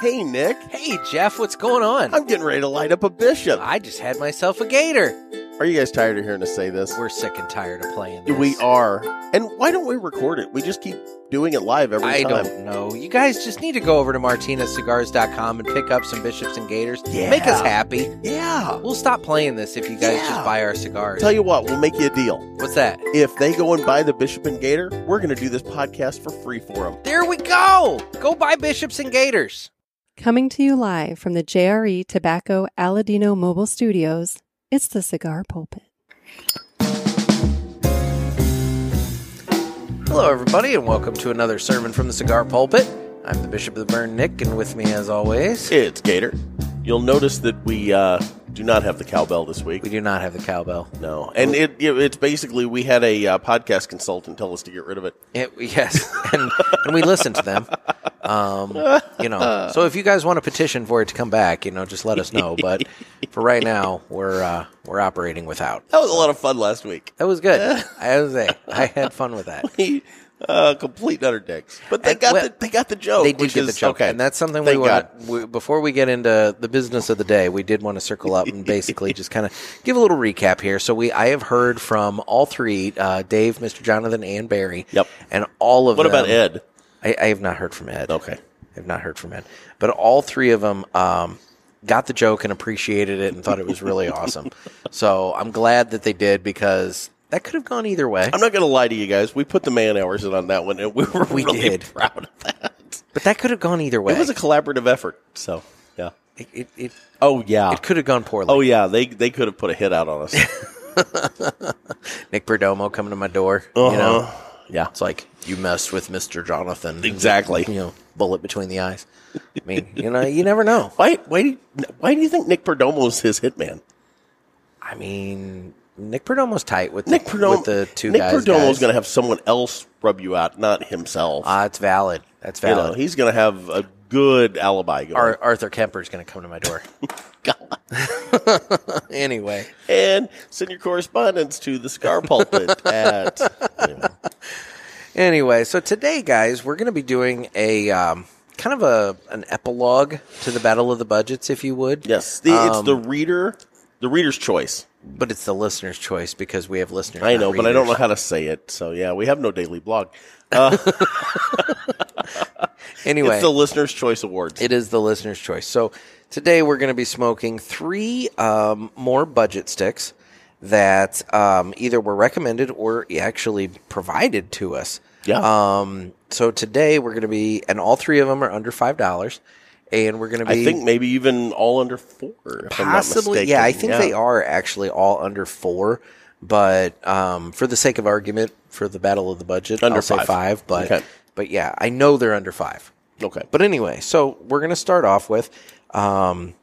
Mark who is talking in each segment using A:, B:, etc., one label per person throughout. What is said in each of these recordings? A: Hey, Nick.
B: Hey, Jeff, what's going on?
A: I'm getting ready to light up a bishop.
B: I just had myself a gator.
A: Are you guys tired of hearing us say this?
B: We're sick and tired of playing this.
A: We are. And why don't we record it? We just keep doing it live every
B: I
A: time.
B: don't know. You guys just need to go over to martinezcigars.com and pick up some bishops and gators.
A: Yeah.
B: Make us happy.
A: Yeah.
B: We'll stop playing this if you guys
A: Yeah.
B: just buy our cigars.
A: Tell you what, we'll make you a deal.
B: What's that?
A: If they go and buy the Bishop and Gator, we're going to do this podcast for free for them.
B: There we go. Go buy bishops and gators.
C: Coming to you live from the JRE Tobacco Aladino Mobile Studios, it's the Cigar Pulpit.
B: Hello, everybody, and welcome to another sermon from the cigar pulpit. I'm the Bishop of the Burn, Nick, and with me, as always,
A: It's Gator. You'll notice that we uh, do not have the cowbell this week.
B: we do not have the cowbell.
A: No. And it, it- it's basically we had a uh, podcast consultant tell us to get rid of it.
B: It, yes, and, and we listen to them. Um, you know, so if you guys want a petition for it to come back, you know, just let us know. But for right now, we're uh, we're operating without.
A: That was a lot of fun last week.
B: That was good. I was a, I had fun with that.
A: uh, complete and utter dicks. But they
B: And,
A: got
B: well,
A: the they got the joke.
B: They did
A: Oh, which
B: get the
A: is-
B: joke,
A: Okay,
B: and that's something we
A: Thank
B: want.
A: God.
B: We, before we get into the business of the day, we did want to circle up and basically just kind of give a little recap here. So we, I have heard from all three: uh, Dave, Mr. Jonathan, and Barry.
A: Yep.
B: and all of
A: What
B: them.
A: about Ed?
B: I, I have not heard from Ed.
A: Okay.
B: I have not heard from Ed. But all three of them um, got the joke and appreciated it and thought it was really awesome. So I'm glad that they did because that could have gone either way.
A: I'm not going to lie to you guys. We put the man hours in on that one, and we were
B: We
A: really
B: did.
A: proud of that.
B: But that could have gone either way.
A: It was a collaborative effort. So yeah.
B: it, it, it,
A: Oh yeah.
B: it could have gone poorly.
A: Oh yeah. They they could have put a hit out on us.
B: Nick Perdomo coming to my door.
A: Uh-huh.
B: You know,
A: Yeah.
B: it's like you messed with Mr. Jonathan.
A: Exactly.
B: You know, bullet between the eyes. I mean, you know, you never know.
A: Why why do you, why do you think Nick Perdomo is his hitman?
B: I mean, Nick Perdomo's tight with
A: Nick
B: the,
A: Perdomo.
B: with the two
A: Nick
B: guys.
A: Perdomo's
B: guys.
A: going to have someone else rub you out, not himself.
B: Ah, it's valid. That's
A: you
B: valid.
A: know, he's going to have a good alibi going.
B: Ar- Arthur Kemper's going to come to my door.
A: God.
B: anyway,
A: and send your correspondence to the cigar pulpit at
B: anyway, so today, guys, we're going to be doing a um, kind of a an epilogue to the Battle of the Budgets, if you would.
A: yes the, it's
B: Um,
A: the reader the reader's choice
B: but it's the listener's choice because we have listeners.
A: i
B: not
A: know but i don't know
B: readers.
A: how to say it so yeah we have no daily blog uh,
B: Anyway,
A: it's the listener's choice awards
B: It is the listener's choice. So today we're going to be smoking three um, more budget sticks that um, either were recommended or actually provided to us.
A: Yeah.
B: Um, so today we're going to be, and all three of them are under five dollars, and we're going to be
A: i think maybe even all under four if I'm not
B: possibly.
A: mistaken.
B: yeah, I think they are actually all under four, but um, for the sake of argument, for the battle of the budget,
A: Under
B: I'll say
A: five.
B: five. But
A: Okay.
B: but yeah, I know they're under five.
A: okay but
B: But anyway, so we're going to start off with, um,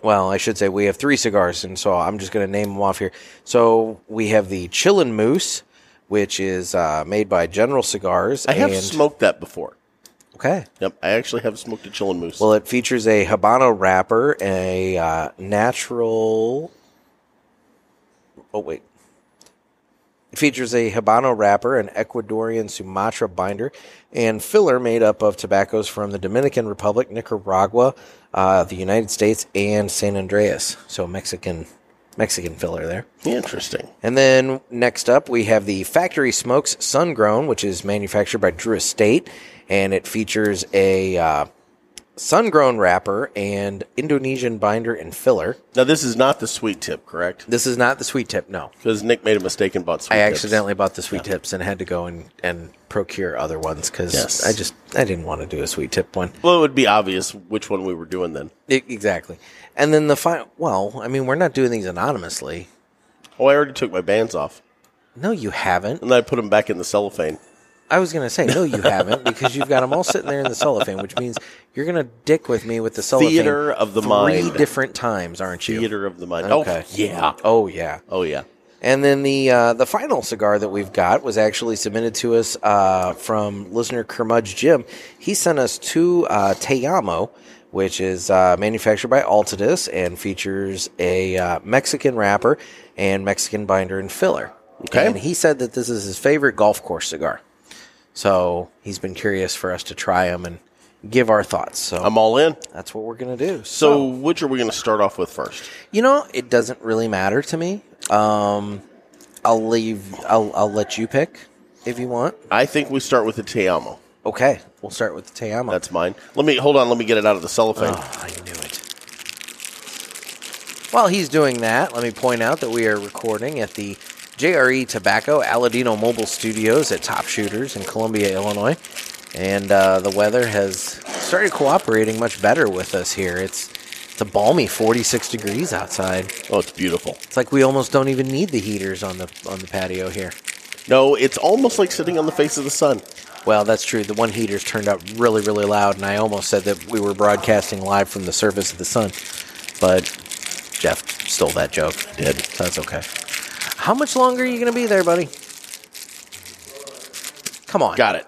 B: well, I should say we have three cigars, and so I'm just going to name them off here. So we have the Chillin' Moose, which is uh, made by General Cigars.
A: i have
B: and,
A: smoked that before
B: Okay.
A: yep i actually have smoked a chillin moose
B: Well, it features a Habano wrapper, a uh, natural. Oh wait. It features a Habano wrapper, an Ecuadorian Sumatra binder, and filler made up of tobaccos from the Dominican Republic, Nicaragua, uh, the United States, and San Andreas. So Mexican, Mexican filler there.
A: interesting
B: And then next up, we have the Factory Smokes Sun Grown, which is manufactured by Drew Estate, and it features a uh, sun grown wrapper and Indonesian binder and filler.
A: now this is not the sweet tip correct
B: This is not the sweet tip, no.
A: because nick made a mistake and bought sweet
B: I
A: tips.
B: accidentally bought the sweet tips and had to go and, and procure other ones because
A: Yes.
B: I just I didn't want to do a sweet tip one.
A: well it would be obvious which one we were doing then
B: E- exactly. And then the final, well, I mean, we're not doing these anonymously.
A: oh i already took my bands off
B: No, you haven't.
A: and then i put them back in the cellophane
B: I was gonna say no, you haven't because you've got them all sitting there in the cellophane, which means you're gonna dick with me with the cellophane.
A: Theater of the
B: three
A: mind.
B: different times, aren't you?
A: theater of the mind.
B: Okay.
A: Oh, yeah.
B: Oh yeah.
A: Oh, yeah.
B: And then the uh, the final cigar that we've got was actually submitted to us uh, from listener Kermudge Jim. He sent us two uh, Teyamo, which is uh, manufactured by Altadis and features a uh, Mexican wrapper and Mexican binder and filler.
A: Okay.
B: And he said that this is his favorite golf course cigar. So he's been curious for us to try them and give our thoughts. So
A: I'm all in.
B: that's what we're going to do.
A: Um, So, which are we going to start off with first?
B: You know, it doesn't really matter to me. Um, I'll leave. I'll, I'll let you pick if you want.
A: I think we start with the Te Amo.
B: Okay, we'll start with the Te Amo.
A: That's mine. Let me hold on. Let me get it out of the cellophane.
B: oh, I knew it. While he's doing that, let me point out that we are recording at the JRE Tobacco Aladino Mobile Studios at Top Shooters in Columbia, Illinois, and uh, the weather has started cooperating much better with us here. It's it's a balmy 46 degrees outside.
A: oh, it's beautiful.
B: It's like we almost don't even need the heaters on the on the patio here.
A: No, it's almost like sitting on the face of the sun.
B: Well, that's true. The one heater's turned up really, really loud, and I almost said that we were broadcasting live from the surface of the sun. But Jeff stole that joke. Did. So that's okay. How much longer are you going to be there, buddy? Come on.
A: Got it.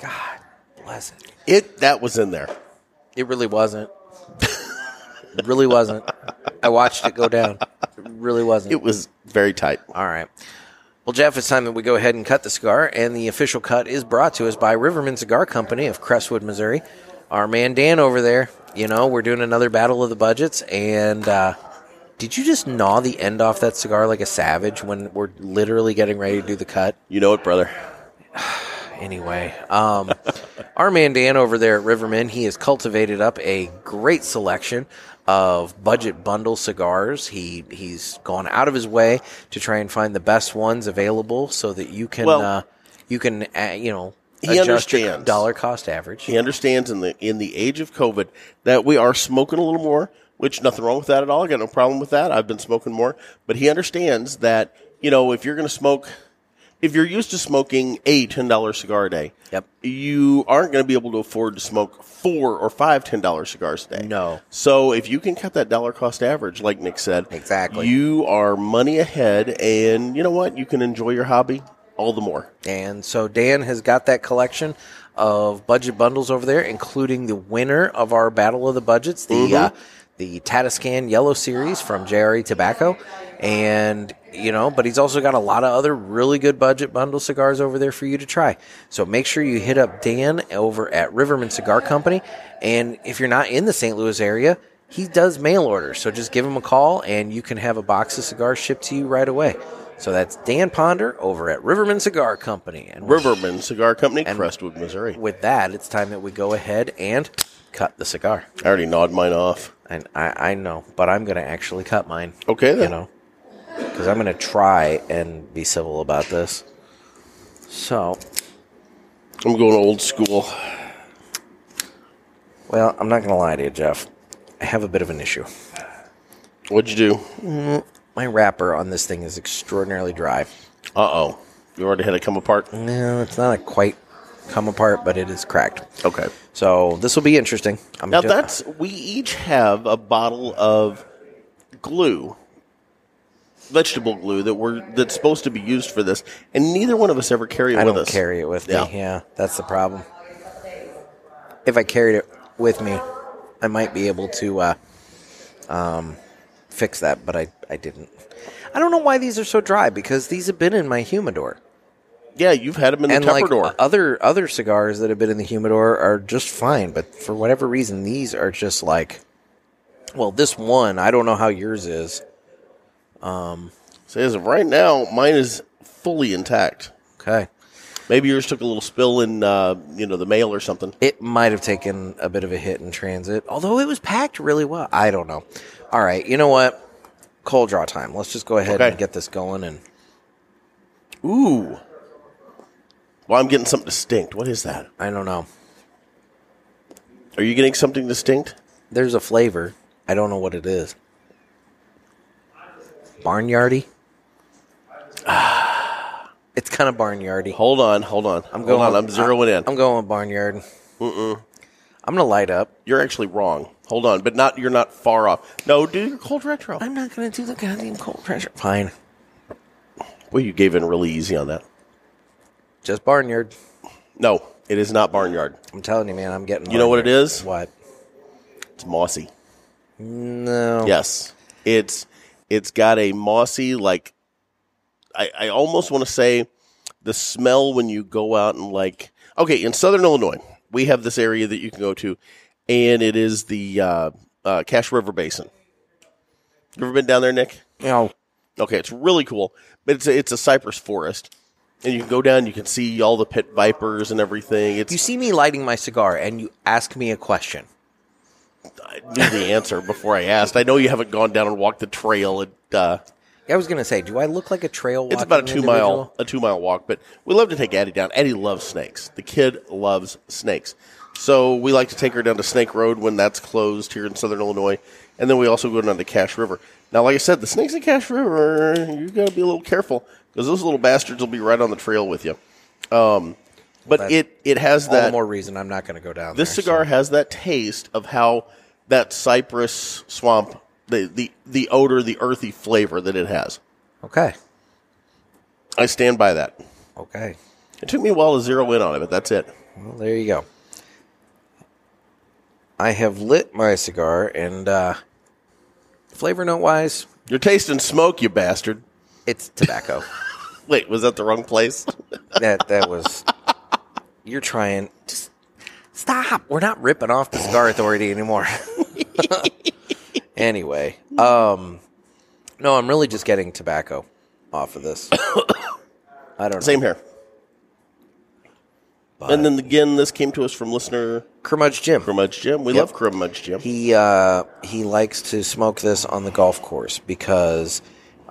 B: God bless it.
A: It that was in there.
B: It really wasn't. it really wasn't. I watched it go down. It really wasn't.
A: It was very tight.
B: All right. Well, Jeff, it's time that we go ahead and cut the cigar, and the official cut is brought to us by Riverman Cigar Company of Crestwood, Missouri. Our man Dan over there, you know, we're doing another battle of the budgets, and uh, did you just gnaw the end off that cigar like a savage when we're literally getting ready to do the cut?
A: You know it, brother.
B: anyway. Um, our man Dan over there at Riverman, he has cultivated up a great selection of budget bundle cigars. He he's gone out of his way to try and find the best ones available so that you can
A: Well-
B: uh, you can uh, you know
A: He
B: adjust your
A: understands.
B: dollar cost average.
A: He understands in the in the age of COVID that we are smoking a little more, which nothing wrong with that at all. I got no problem with that. I've been smoking more, but he understands that you know if you're going to smoke, if you're used to smoking a ten dollar cigar a day,
B: Yep.
A: you aren't going to be able to afford to smoke four or five ten dollar cigars a day.
B: No.
A: So if you can cut that dollar cost average, like Nick said,
B: Exactly.
A: you are money ahead, and you know what? You can enjoy your hobby all the more.
B: And so Dan has got that collection of budget bundles over there, including the winner of our Battle of the Budgets, the uh, the Tatiscan Yellow Series from JRE Tobacco, and you know, but he's also got a lot of other really good budget bundle cigars over there for you to try. So make sure you hit up Dan over at Riverman Cigar Company, and if you're not in the St. Louis area. He does mail order, so just give him a call and you can have a box of cigars shipped to you right away. So that's Dan Ponder over at Riverman Cigar Company. And with-
A: Riverman Cigar Company, Crestwood, Missouri.
B: with that, it's time that we go ahead and cut the cigar.
A: I already gnawed mine off.
B: And I, I know, but I'm going to actually cut mine.
A: Okay, then.
B: You know, because I'm going to try and be civil about this. So,
A: I'm going old school.
B: well, I'm not going to lie to you, Jeff. I have a bit of an issue.
A: What'd you do?
B: My wrapper on this thing is extraordinarily dry.
A: Uh oh. You already had it come apart?
B: No, it's not a quite come apart, but it is cracked.
A: Okay.
B: So this will be interesting. I'm
A: Now
B: do-
A: that's we each have a bottle of glue. Vegetable glue that we're that's supposed to be used for this, and neither one of us ever carry it
B: I
A: with
B: don't
A: us.
B: carry it with
A: Yeah.
B: me. Yeah, that's the problem. If I carried it with me, I might be able to uh, um, fix that, but I, I didn't. I don't know why these are so dry because these have been in my humidor.
A: Yeah, you've had them in
B: And
A: the
B: like uh,
A: Tupperdore.
B: other other cigars that have been in the humidor are just fine, but for whatever reason these are just like well, this one, I don't know how yours is.
A: so as of right now, mine is fully intact.
B: Okay.
A: Maybe yours took a little spill in uh, you know the mail or something.
B: It might have taken a bit of a hit in transit, although it was packed really well. I don't know. All right, you know what? Cold draw time. Let's just go ahead
A: Okay.
B: and get this going. And
A: Ooh. Well, I'm getting something distinct. What is that?
B: I don't know.
A: Are you getting something distinct?
B: There's a flavor. I don't know what it is. Barnyardy. it's kind of barnyardy.
A: Hold on, hold on. I'm
B: going-
A: on. I'm zeroing in.
B: I'm going with barnyard. Mm-mm. I'm gonna light up.
A: You're actually wrong. Hold on, but not you're not far off. No, do your cold retro.
B: I'm not gonna do the goddamn cold pressure. Fine.
A: Well, you gave in really easy on that.
B: Just barnyard.
A: No, it is not barnyard.
B: I'm telling you, man. I'm getting.
A: You know what it
B: barnyard.
A: is?
B: What?
A: It's mossy.
B: No.
A: Yes, it's it's got a mossy like. I I almost want to say the smell when you go out and like okay in Southern Illinois we have this area that you can go to, and it is the uh, uh, Cache River Basin. You ever been down there, Nick?
B: You know,
A: Okay, it's really cool, but it's a, it's a cypress forest, and you can go down. You can see all the pit vipers and everything. It's
B: you see me lighting my cigar and you ask me a question.
A: I knew the answer before I asked. I know you haven't gone down and walked the trail. And, uh,
B: I was going to say, do I look like a trail
A: it's about a two mile a two mile walk, but we love to take Addie down. Addie loves snakes. The kid loves snakes, so we like to take her down to Snake Road when that's closed here in Southern Illinois, and then we also go down to Cache River. Now, like I said, the snakes in Cache River, you got to be a little careful because those little bastards will be right on the trail with you. Um, but
B: that-
A: it it has
B: All the
A: that
B: more reason I'm not going to go down
A: this
B: there, so-
A: cigar has that taste of how that cypress swamp the, the the odor the earthy flavor that it has
B: Okay.
A: i stand by that
B: Okay.
A: it took me a while to zero in on it but that's it
B: Well, there you go. I have lit my cigar, and uh, flavor note wise,
A: you're tasting smoke you bastard
B: it's tobacco.
A: wait was that the wrong place
B: that that was. You're trying. Just stop. We're not ripping off the cigar authority anymore. anyway, um, no, I'm really just getting tobacco off of this. I don't know.
A: same here and then again this came to us from listener
B: Curmudge Jim.
A: Crumudge jim we
B: Yep.
A: love Crumudge jim
B: He uh, he likes to smoke this on the golf course because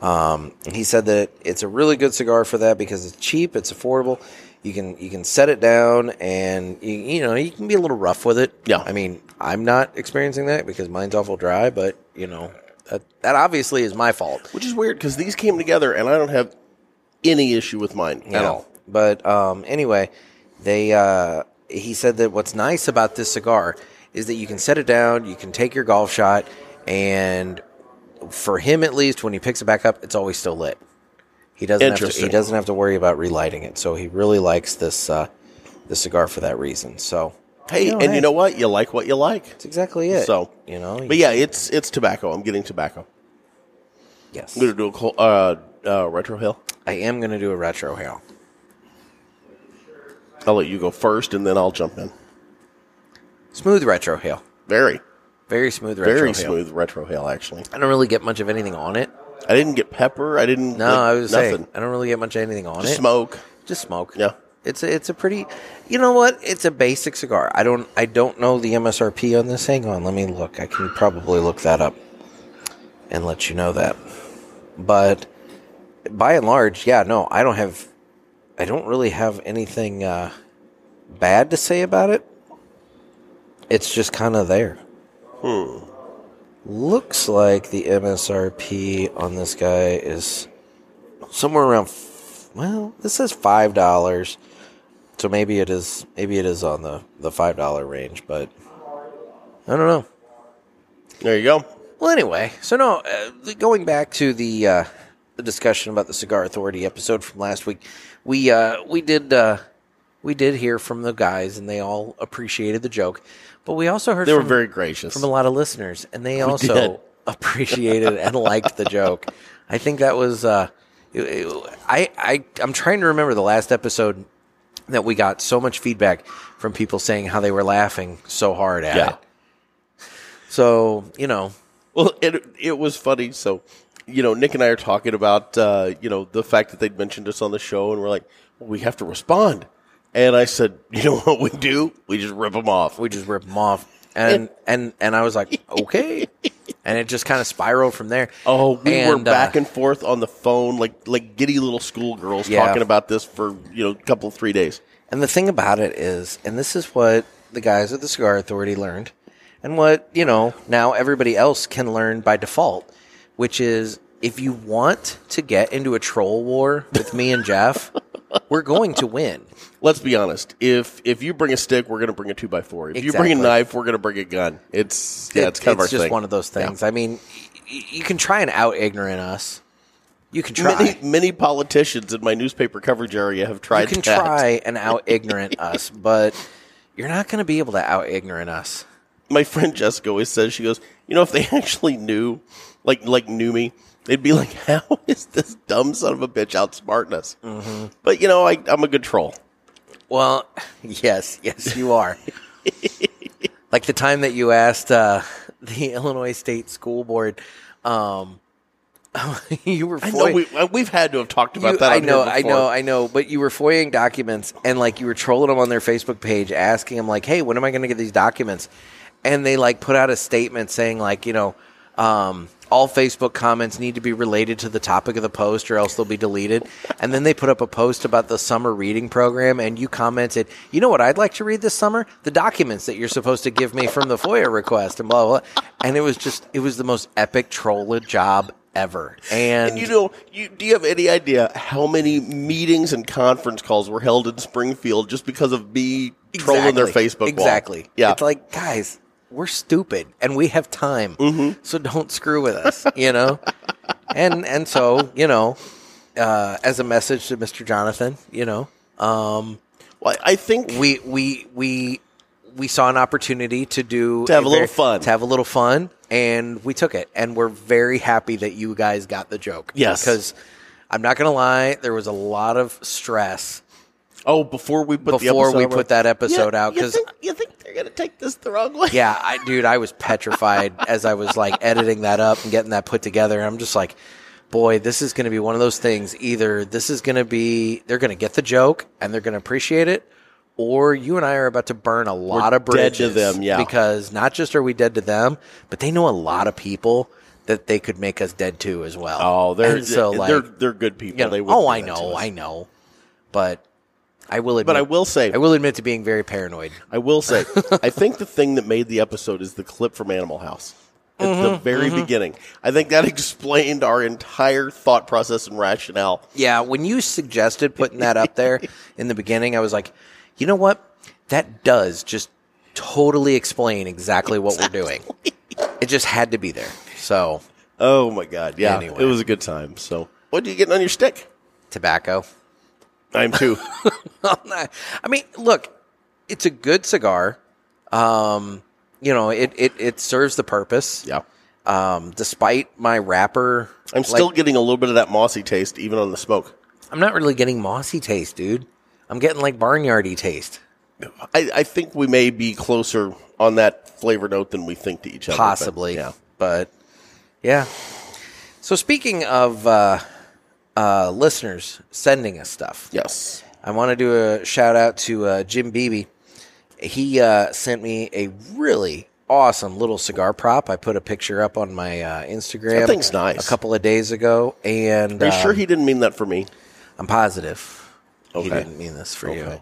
B: um, he said that it's a really good cigar for that because it's cheap, it's affordable. You can you can set it down and you, you know you can be a little rough with it.
A: Yeah.
B: I mean I'm not experiencing that because mine's awful dry, but you know that that obviously is my fault
A: which is weird because these came together and i don't have any issue with mine
B: you
A: at
B: know.
A: all
B: But um, anyway, they uh, he said that what's nice about this cigar is that you can set it down, you can take your golf shot, and for him at least, when he picks it back up, it's always still lit. He doesn't have to, he
A: Interesting.
B: doesn't have to worry about relighting it, so he really likes this uh, this cigar for that reason. So
A: hey
B: No,
A: and
B: hey.
A: you know what you like what you like
B: that's exactly it.
A: So,
B: you know,
A: but yeah, it's it's tobacco. I'm getting tobacco.
B: yes,
A: I'm gonna do a col- uh, uh, retro hill.
B: I am going to do a retro hail.
A: I'll let you go first, and then I'll jump in.
B: Smooth retro hail.
A: Very,
B: Very smooth retro
A: very
B: hail.
A: smooth retro hail. Actually,
B: I don't really get much of anything on it.
A: I didn't get pepper. I didn't.
B: No,
A: like,
B: I was
A: nothing.
B: saying I don't really get much of anything on
A: Just
B: it.
A: smoke.
B: Just smoke.
A: Yeah.
B: It's a, it's a pretty, you know what? It's a basic cigar. I don't I don't know the MSRP on this. Hang on, let me look. I can probably look that up and let you know that. But by and large, yeah, no, I don't have, I don't really have anything uh, bad to say about it. It's just kind of there.
A: Hmm.
B: Looks like the MSRP on this guy is somewhere around f- well this says five dollars so maybe it is maybe it is on the the five dollar range but i don't know
A: There you go.
B: well anyway so no uh, going back to the uh the discussion about the cigar authority episode from last week we uh we did uh we did hear from the guys and they all appreciated the joke but we also heard
A: They were
B: from-
A: very gracious.
B: from a lot of listeners, and they
A: did.
B: also appreciated and liked the joke. I think that was uh, it- it- I I I'm trying to remember the last episode that we got so much feedback from people saying how they were laughing so hard at
A: Yeah.
B: it. So you know,
A: Well, it it was funny. So, you know, Nick and I are talking about uh, you know the fact that they'd mentioned us on the show, and we're like, well, we have to respond. And I said, you know what we do? We just rip them off.
B: we just rip them off, and and and I was like, okay, and it just kind of spiraled from there.
A: Oh, we were
B: And, uh,
A: back and forth on the phone, like like giddy little schoolgirls
B: Yeah.
A: talking about this for you know a couple three days.
B: And the thing about it is, and this is what the guys at the Cigar Authority learned, and what, you know, now everybody else can learn by default, which is if you want to get into a troll war with me and Jeff, we're going to win.
A: Let's be honest. If if you bring a stick, we're going to bring a two by four. If you bring a
B: Exactly.
A: knife, we're going to bring a gun. It's yeah, it's kind of our
B: just
A: thing.
B: one of those things. I mean, y- you can try and out ignorant us. You can try.
A: Many many politicians in my newspaper coverage area have tried.
B: you can
A: that.
B: try and out ignorant us, but you're not going to be able to out ignorant us.
A: My friend Jessica always says she goes, you know, if they actually knew, like like knew me, they'd be like, how
B: Mm-hmm.
A: is this dumb son of a bitch outsmarting us? But you know, I, I'm a good troll.
B: Well, yes, yes, you are. like the time that you asked uh, the Illinois State School Board, um, you were.
A: I know
B: FOIA
A: we, uh, we've had to have talked about
B: you-
A: that.
B: I
A: on here
B: know, I
A: before.
B: know, I know. But you were FOIAing documents, and like you were trolling them on their Facebook page, asking them like, "Hey, when am I going to get these documents?" And they like put out a statement saying like, you know, um, all Facebook comments need to be related to the topic of the post, or else they'll be deleted. And then they put up a post about the summer reading program, and you commented, "You know what? I'd like to read this summer the documents that you're supposed to give me from the FOIA request," and blah blah. blah. And it was just, it was the most epic troll job ever. And,
A: And you know, you, do you have any idea how many meetings and conference calls were held in Springfield just because of me trolling their
B: Exactly.
A: Facebook wall?
B: Exactly.
A: Yeah.
B: It's like, guys, we're stupid and we have time.
A: Mm-hmm.
B: So don't screw with us, you know? and and so, you know, uh, as a message to Mr. Jonathan, you know, um,
A: well, I think
B: we we we we saw an opportunity to do
A: To have a little
B: very-
A: fun.
B: to have a little fun and we took it and we're very happy that you guys got the joke
A: Yes.
B: because i'm not gonna lie there was a lot of stress
A: Oh, before we put the
B: before we
A: episode
B: put that episode
A: Yeah,
B: out
A: you
B: because
A: think, you think they're gonna take this the wrong way?
B: yeah, I, dude, I was petrified as I was like editing that up and getting that put together. I'm just like, boy, this is going to be one of those things. Either this is going to be, they're going to get the joke and they're going to appreciate it, or you and I are about to burn a lot of
A: dead to
B: bridges
A: them, yeah.
B: Because not just are we dead to them, but they know a lot of people that they could make us dead to as well.
A: Oh, they're
B: And so like,
A: they're they're good people.
B: you know,
A: they would
B: oh, I know, I know, but I will admit,
A: But I will say,
B: I will admit to being very paranoid.
A: I will say, I think the thing that made the episode is the clip from Animal House at the
B: Mm-hmm,
A: very beginning. I think that explained our entire thought process and rationale.
B: Yeah, when you suggested putting that up there in the beginning, I was like, you know what? That does just totally explain exactly what we're doing. It just had to be there. So,
A: Oh my god, yeah,
B: Anyway.
A: it was a good time. So, what are you getting on your stick?
B: tobacco.
A: I'm too.
B: I mean, look, it's a good cigar. Um, you know, it, it, it serves the purpose.
A: yeah,
B: Um, despite my wrapper,
A: I'm
B: like,
A: still getting a little bit of that mossy taste, even on the smoke.
B: I'm not really getting mossy taste, dude. I'm getting like barnyardy taste.
A: I, I think we may be closer on that flavor note than we think to each other. but
B: possibly.
A: yeah.
B: But yeah. So speaking of uh, uh, listeners sending us stuff,
A: Yes.
B: I want to do a shout out to uh, Jim Beebe. He uh, sent me a really awesome little cigar prop. I put a picture up on my uh, Instagram.
A: That thing's nice.
B: A couple of days ago, and
A: Are you sure
B: um,
A: he didn't mean that for me?
B: I'm positive he
A: Okay.
B: didn't mean this for you.
A: Okay.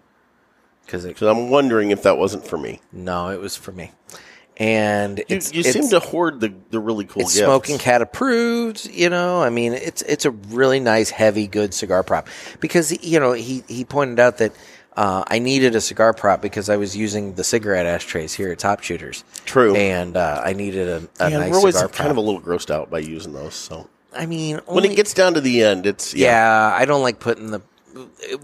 B: Because it,
A: Because I'm wondering if that wasn't for me.
B: no, it was for me. And
A: You,
B: it's,
A: you
B: it's,
A: seem to hoard the, the really cool
B: it's
A: gifts.
B: smoking cat approved you know i mean it's it's a really nice heavy good cigar prop because you know he he pointed out that uh, i needed a cigar prop because i was using the cigarette ashtrays here at top shooters
A: True.
B: and uh, i needed a, a
A: Yeah,
B: nice
A: we're always
B: cigar prop
A: kind of a little grossed out by using those. So
B: i mean
A: when
B: only-
A: it gets down to the end, it's yeah.
B: yeah. i don't like putting the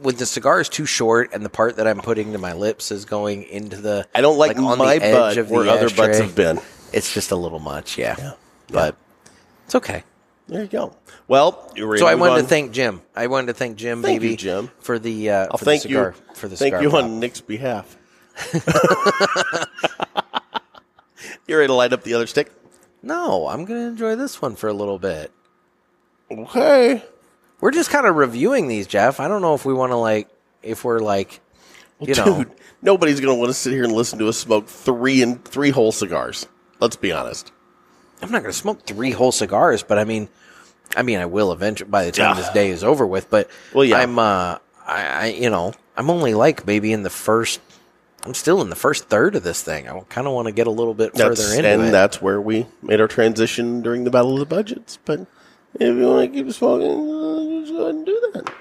B: when the cigar is too short and the part that i'm putting to my lips is going into the
A: I don't like,
B: on
A: my
B: the edge
A: butt
B: of the
A: where other butts
B: ashtray,
A: have been.
B: it's just a little much yeah, but it's okay
A: There you go. Well, you ready
B: So I
A: move
B: wanted to
A: on?
B: thank Jim. I wanted to thank Jim,
A: Thank
B: baby,
A: you, Jim.
B: for the uh,
A: I'll
B: for
A: thank
B: the cigar,
A: you
B: for the
A: thank
B: cigar
A: you
B: prop.
A: on Nick's behalf. you ready to light up the other stick?
B: No, I'm going to enjoy this one for a little bit.
A: Okay.
B: We're just kind of reviewing these, Jeff. I don't know if we want to like if we're like you know
A: Dude, nobody's going to want to sit here and listen to us smoke three and three whole cigars. Let's be honest.
B: I'm not going to smoke three whole cigars, but I mean, I mean, I will eventually by the time
A: Yeah.
B: this day is over with. But
A: Well, yeah.
B: I'm, uh, I, I, you know, I'm only like maybe in the first. I'm still in the first third of this thing. I kind of want to get a little bit
A: That's,
B: further into
A: and
B: it.
A: that's where we made our transition during the Battle of the Budgets. But if you want to keep smoking, uh, you just go ahead and do that.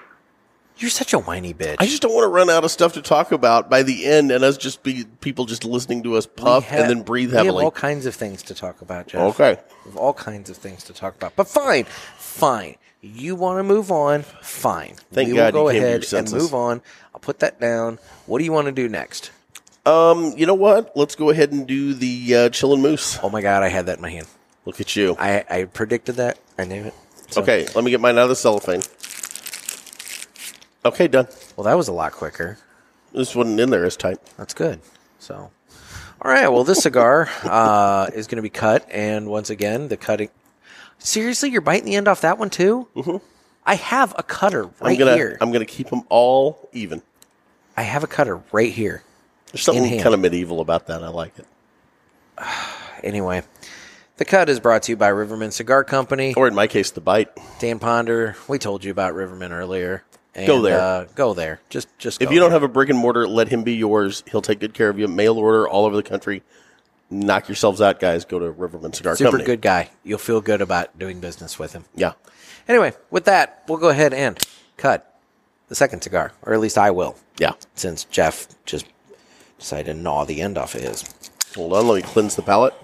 B: You're such a whiny bitch.
A: I just don't want to run out of stuff to talk about by the end, and us just be people just listening to us
B: We
A: puff
B: ha-
A: and then breathe
B: We have
A: heavily.
B: all kinds of things to talk about, Jeff.
A: Okay.
B: We have all kinds of things to talk about. But fine, fine. You want to move on? Fine.
A: Thank
B: we
A: God
B: will go
A: you came to your
B: ahead and
A: senses.
B: move on. I'll put that down. What do you want to do next?
A: Um, you know what? Let's go ahead and do the uh, chillin' moose.
B: Oh my God, I had that in my hand.
A: Look at you.
B: I, I predicted that. I knew it. So-
A: Okay, let me get mine out of the cellophane. Okay, done.
B: Well, that was a lot quicker.
A: This wasn't in there as tight.
B: That's good. So, all right. Well, this cigar uh, is going to be cut, and once again, the cutting. Seriously, you're biting the end off that one too. Mm-hmm. I have a cutter
A: I'm
B: right
A: gonna
B: here.
A: I'm gonna keep them all even.
B: I have a cutter right here.
A: There's something
B: In hand.
A: kind of medieval about that. I like it.
B: Anyway, the cut is brought to you by Riverman Cigar Company.
A: Or in my case, the bite.
B: Dan Ponder, we told you about Riverman earlier. And,
A: Go there.
B: Uh, go there. Just, just.
A: If
B: go
A: you don't
B: there.
A: have a brick and mortar, let him be yours. He'll take good care of you. Mail order all over the country. Knock yourselves out, guys. Go to Riverman Cigar
B: super
A: Company.
B: good guy, you'll feel good about doing business with him.
A: Yeah.
B: Anyway, with that, we'll go ahead and cut the second cigar, or at least I will,
A: Yeah.
B: since Jeff just decided to gnaw the end off of his.
A: Hold on. Let me cleanse the palate.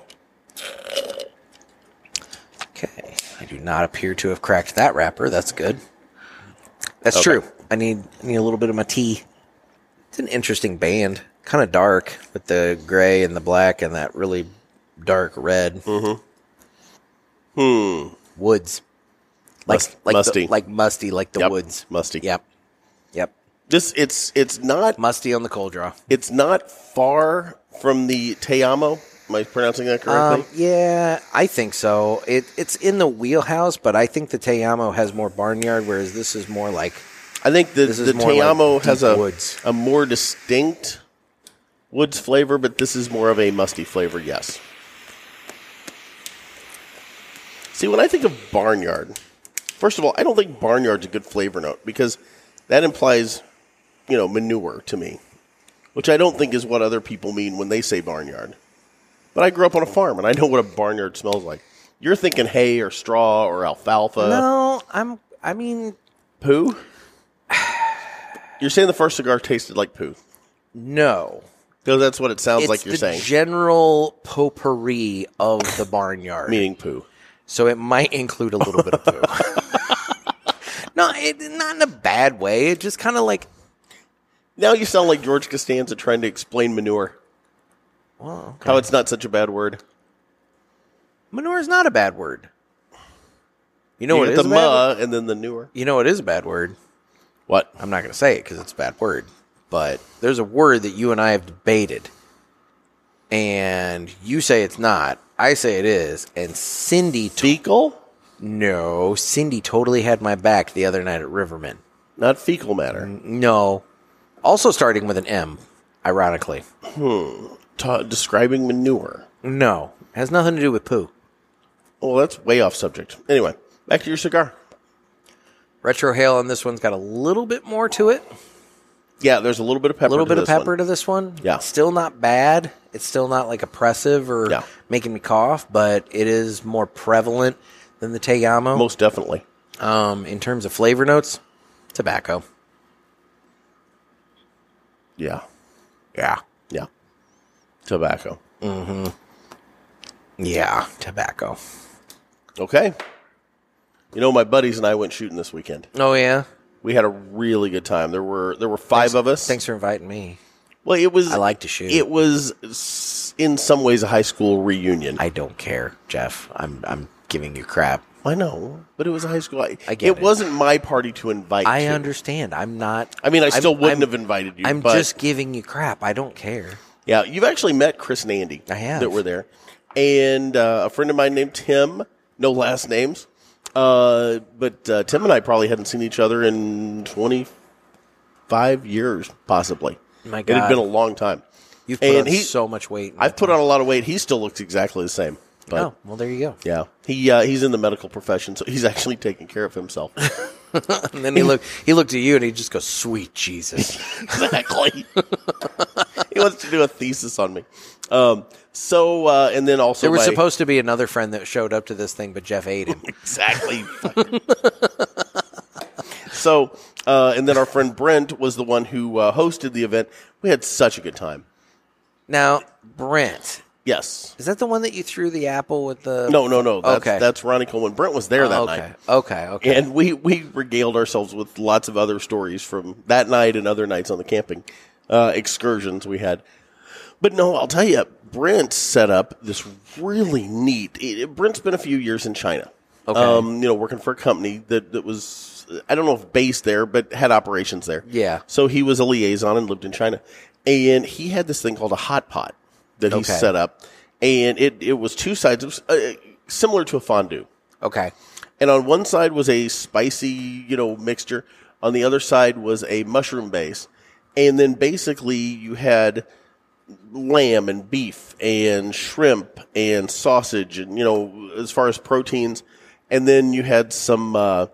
B: Okay. I do not appear to have cracked that wrapper. That's good. That's true. I need I need a little bit of my tea. It's an interesting band. Kind of dark with the gray and the black and that really dark red. Mm-hmm. Hmm. Woods. Like
A: Must-
B: like the-
A: musty.
B: like musty, like the
A: Yep,
B: woods.
A: musty.
B: Yep. Yep.
A: This it's it's not
B: Musty on the cold draw.
A: it's not far from the Teyamo. Am I pronouncing that correctly?
B: Um, yeah, I think so. It it's in the wheelhouse, but I think the Teyamo has more barnyard, whereas this is more like
A: I think the
B: this is
A: the
B: more like
A: Teyamo
B: deep
A: has a
B: woods.
A: a more distinct woods flavor, but this is more of a musty flavor. Yes. See, when I think of barnyard, first of all, I don't think barnyard's a good flavor note because that implies, you know, manure to me, which I don't think is what other people mean when they say barnyard. But I grew up on a farm and I know what a barnyard smells like. You're thinking hay or straw or alfalfa.
B: No, I'm. I mean,
A: Poo? you're saying the first cigar tasted like poo.
B: no.
A: Because that's what it sounds
B: it's
A: like you're
B: the
A: saying.
B: general potpourri of the barnyard,
A: meaning poo.
B: so it might include a little bit of poo. no, it, not in a bad way. It just kind of like,
A: Now you sound like George Costanza trying to explain manure.
B: well, okay.
A: How it's not such a bad word.
B: manure is not a bad word. You know
A: You
B: what
A: get
B: is
A: the
B: a bad word?
A: ma and then the newer.
B: You know what is a bad word.
A: What?
B: I'm not going to say it because it's a bad word, but there's a word that you and I have debated, and you say it's not. I say it is, and Cindy
A: Fecal?
B: No, Cindy totally had my back the other night at Riverman.
A: Not fecal matter.
B: No. Also starting with an M, ironically.
A: Ta- describing manure.
B: No. Has nothing to do with poo.
A: Well, that's way off subject. Anyway, back to your cigar.
B: Retrohale on this one's got a little bit more to it.
A: Yeah, there's a little bit of pepper.
B: A little
A: to
B: bit of
A: this one.
B: pepper to this one.
A: Yeah.
B: Still not bad. It's still not like oppressive or
A: Yeah.
B: making me cough, but it is more prevalent than the Teyamo.
A: Most definitely.
B: um, in terms of flavor notes, tobacco.
A: Yeah.
B: Yeah.
A: Yeah. Tobacco.
B: Yeah, tobacco.
A: Okay. You know, my buddies and I went shooting this weekend.
B: Oh yeah.
A: We had a really good time. There were there were five of us.
B: Thanks for inviting me.
A: Well, it was.
B: I like to shoot.
A: It was s- in some ways a high school reunion. I,
B: I don't care, Jeff. I'm I'm giving you crap.
A: know, but it was a high school. I,
B: I get it.
A: wasn't my party to invite.
B: I
A: to.
B: understand. I'm not.
A: I mean, I still
B: I'm-
A: wouldn't
B: I'm-
A: have invited you.
B: I'm
A: but,
B: just giving you crap. I don't care.
A: yeah. You've actually met Chris and Andy.
B: I have.
A: that were there, and uh, a friend of mine named Tim. No last names, uh, but uh, Tim and I probably hadn't seen each other in twenty five years, possibly.
B: My
A: it had
B: God.
A: been a long time.
B: You've put
A: And
B: on
A: he-
B: so much weight.
A: I've put on a lot of weight. He still looks exactly the same. But
B: Oh well, there you go.
A: Yeah, he uh, he's in the medical profession, so he's actually taking care of himself.
B: And then he look. He looked at you and he just goes, "Sweet Jesus."
A: exactly. he wants to do a thesis on me. Um, so uh, and then also
B: there was
A: my-
B: supposed to be another friend that showed up to this thing, but Jeff ate him.
A: exactly. so uh, and then our friend Brent was the one who uh, hosted the event. We had such a good time.
B: now, Brent,
A: Yes.
B: is that the one that you threw the apple with the?
A: No, no, no. That's,
B: Okay.
A: That's Ronnie Coleman. Brent was there that
B: okay.
A: night.
B: Okay. Okay.
A: And we, we regaled ourselves with lots of other stories from that night and other nights on the camping uh, excursions we had. But no, I'll tell you, Brent set up this really neat. It, it- Brent's been a few years in China.
B: Okay.
A: Um, you know, working for a company that, that was I don't know if based there, but had operations there.
B: Yeah.
A: So he was a liaison and lived in China. And he had this thing called a hot pot that he
B: Okay.
A: set up. And it, it was two sides. It was uh, similar to a fondue.
B: Okay.
A: And on one side was a spicy, you know, mixture. On the other side was a mushroom base. And then basically you had lamb and beef and shrimp and sausage and, you know, as far as proteins. And then you had some, uh,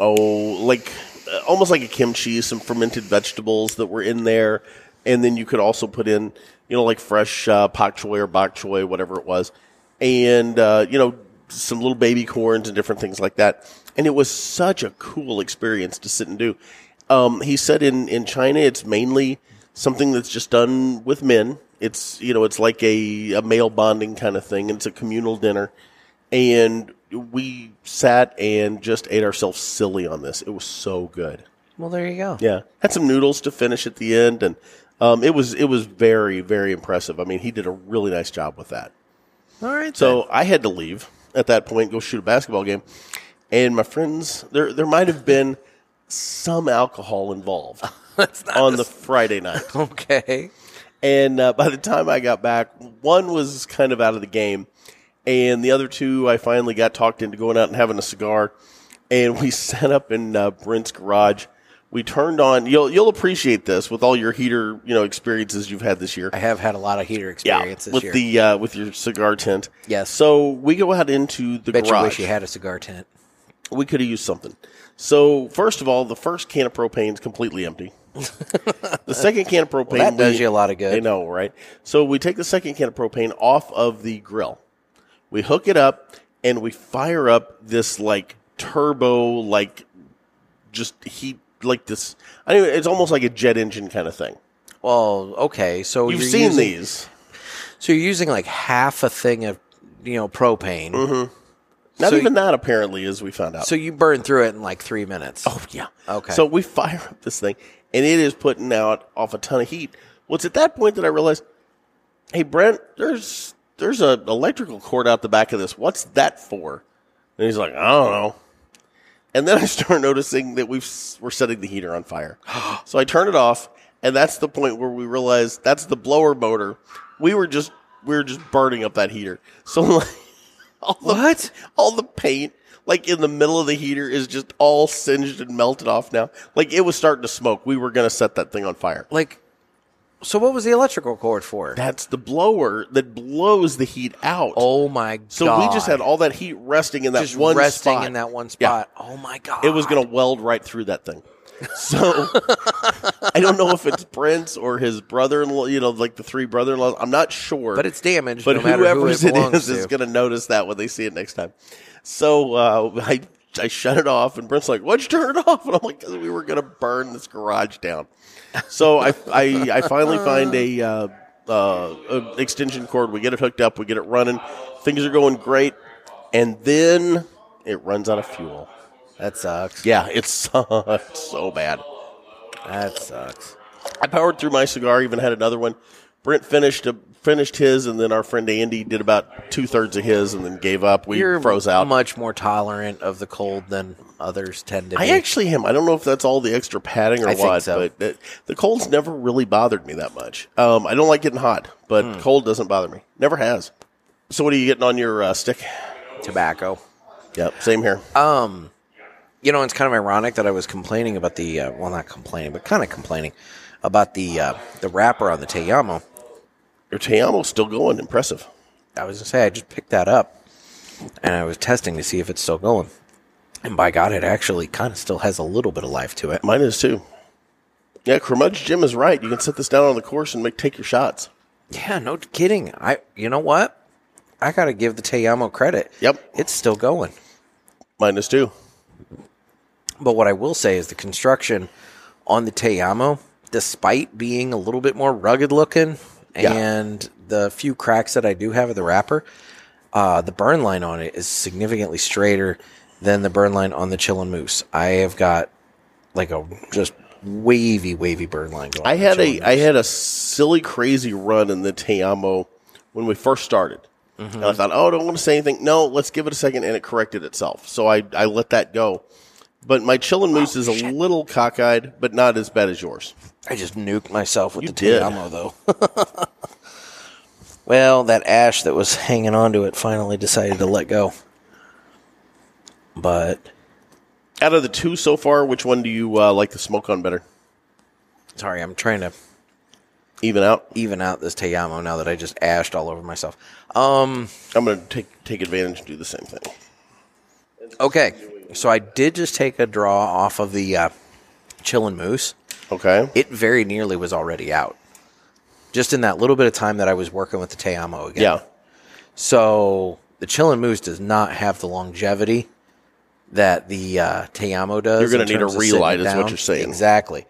A: oh, like uh, almost like a kimchi, some fermented vegetables that were in there, and then you could also put in, you know, like fresh uh, pak choy or bok choy, whatever it was, and uh, you know, some little baby corns and different things like that. And it was such a cool experience to sit and do. Um, he said in in China, it's mainly something that's just done with men. It's you know, it's like a, a male bonding kind of thing, and it's a communal dinner and we sat and just ate ourselves silly on this. It was so good.
B: Well, there you go.
A: Yeah, had some noodles to finish at the end, and um, it was it was very very impressive. I mean, he did a really nice job with that.
B: All right. then.
A: So I had to leave at that point, go shoot a basketball game, and my friends there there might have been some alcohol involved on the Friday night.
B: okay.
A: And uh, by the time I got back, one was kind of out of the game, and the other two I finally got talked into going out and having a cigar. And we set up in uh, Brent's garage. We turned on. You'll you'll appreciate this with all your heater you know experiences you've had this year.
B: I have had a lot of heater experience this
A: with
B: year.
A: the uh, with your cigar tent.
B: Yes.
A: So we go out into the
B: Bet
A: garage
B: you wish you had a cigar tent.
A: we could have used something. So first of all, the first can of propane is completely empty. the second can of propane
B: that does you a lot of good.
A: I know, right? So we take the second can of propane off of the grill. We hook it up and we fire up this like turbo like just heat like this. I mean, it's almost like a jet engine kind of thing.
B: Well, okay. So
A: You've
B: you're
A: seen
B: using-
A: these.
B: So you're using like half a thing of you know propane.
A: Mm-hmm. Not
B: so
A: even that apparently as we found out.
B: So you burn through it in like three minutes.
A: Oh yeah.
B: Okay.
A: So we fire up this thing, and it is putting out off a ton of heat. Well, it's at that point that I realized, hey Brent, there's there's an electrical cord out the back of this. What's that for? And he's like, I don't know. And then I start noticing that we've s- we're setting the heater on fire. so I turn it off, and that's the point where we realize that's the blower motor. We were just we were just burning up that heater. So like, all the
B: What?
A: all the paint like in the middle of the heater is just all singed and melted off now. Like it was starting to smoke. We were going to set that thing on fire.
B: Like, so what was the electrical cord for?
A: That's the blower that blows the heat out.
B: oh my god!
A: so we just had all that heat resting in that
B: Just
A: one
B: resting
A: spot.
B: in that one
A: Yeah.
B: spot. Oh my god!
A: It was going to weld right through that thing. So I don't know if it's Prince or his brother-in-law, you know, like the three brother-in-laws. I'm not sure.
B: but it's damaged.
A: but
B: no matter who
A: whoever's
B: it
A: it
B: belongs
A: is
B: to.
A: is going to notice that when they see it next time. So uh, I I shut it off, and Brent's like, "Why'd you turn it off?" And I'm like, "Cause we were going to burn this garage down." So I I, I finally find a uh, uh, a extension cord. We get it hooked up. We get it running. Things are going great, and then it runs out of fuel.
B: that sucks.
A: Yeah, it sucked so bad.
B: That sucks.
A: I powered through my cigar. Even had another one. Brent finished uh, finished his, and then our friend Andy did about two thirds of his, and then gave up. We
B: You're
A: froze out.
B: Much more tolerant of the cold than others tend to be.
A: I actually am. I don't know if that's all the extra padding or
B: I think
A: what,
B: so.
A: but the, the cold's never really bothered me that much. Um, I don't like getting hot, but
B: Hmm.
A: cold doesn't bother me. Never has. So what are you getting on your uh, stick?
B: tobacco.
A: Yep, same here.
B: Um, you know, it's kind of ironic that I was complaining about the uh, well, not complaining, but kind of complaining about the uh, the wrapper on the Teyamo.
A: Your Teamo's still going. Impressive.
B: I was gonna say I just picked that up, and I was testing to see if it's still going. And by God, it actually kind of still has a little bit of life to it.
A: Mine is too. Yeah, Crumudge Jim is right. You can set this down on the course and make take your shots.
B: Yeah, no kidding. I, you know what? I gotta give the Teyamo credit.
A: Yep.
B: it's still going.
A: Mine is too.
B: But what I will say is the construction on the Teyamo, despite being a little bit more rugged looking
A: Yeah.
B: and the few cracks that I do have of the wrapper, uh, the burn line on it is significantly straighter than the burn line on the Chillin' Moose. I have got like a just wavy, wavy burn line going.
A: I
B: on the
A: had
B: Chillin'
A: a
B: Moose.
A: I had a silly crazy run in the Teamo when we first started. And
B: Mm-hmm.
A: I thought, oh, I don't want to say anything. No, let's give it a second, and it corrected itself. So I, I let that go. But my chillin' moose is a little cockeyed, but not as bad as yours.
B: I just nuked myself with
A: You
B: the
A: did.
B: Teamo, though. well, that ash that was hanging onto it finally decided to let go. But
A: Out of the two so far, which one do you uh, like the smoke on better?
B: sorry, I'm trying to
A: Even out.
B: even out this Teyamo now that I just ashed all over myself. Um,
A: I'm gonna take take advantage and do the same thing.
B: okay, so I did just take a draw off of the uh, Chillin' Moose.
A: Okay.
B: It very nearly was already out. Just in that little bit of time that I was working with the Teyamo again.
A: yeah.
B: So the Chillin' Moose does not have the longevity that the uh, Teyamo does.
A: You're gonna
B: in
A: need a
B: terms of
A: relight
B: sitting
A: is what
B: down.
A: you're saying.
B: Exactly.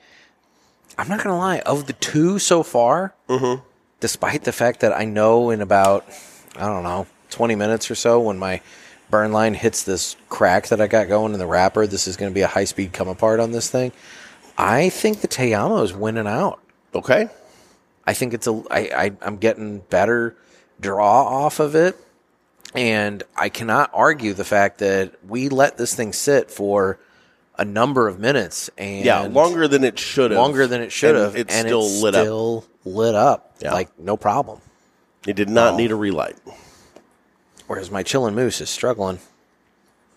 B: I'm not going to lie. Of the two so far,
A: Mm-hmm.
B: despite the fact that I know in about, I don't know, 20 minutes or so when my burn line hits this crack that I got going in the wrapper, this is going to be a high-speed come apart on this thing. I think the Teyamo is winning out.
A: Okay.
B: I think it's a I, I I'm getting better draw off of it. And I cannot argue the fact that we let this thing sit for a number of minutes and
A: Yeah. Longer than it should have.
B: longer than it should
A: And
B: have.
A: It's
B: and
A: still
B: it's
A: lit up.
B: still lit up.
A: Yeah.
B: Like no problem.
A: It did not need a relight.
B: Whereas my chillin' moose is struggling.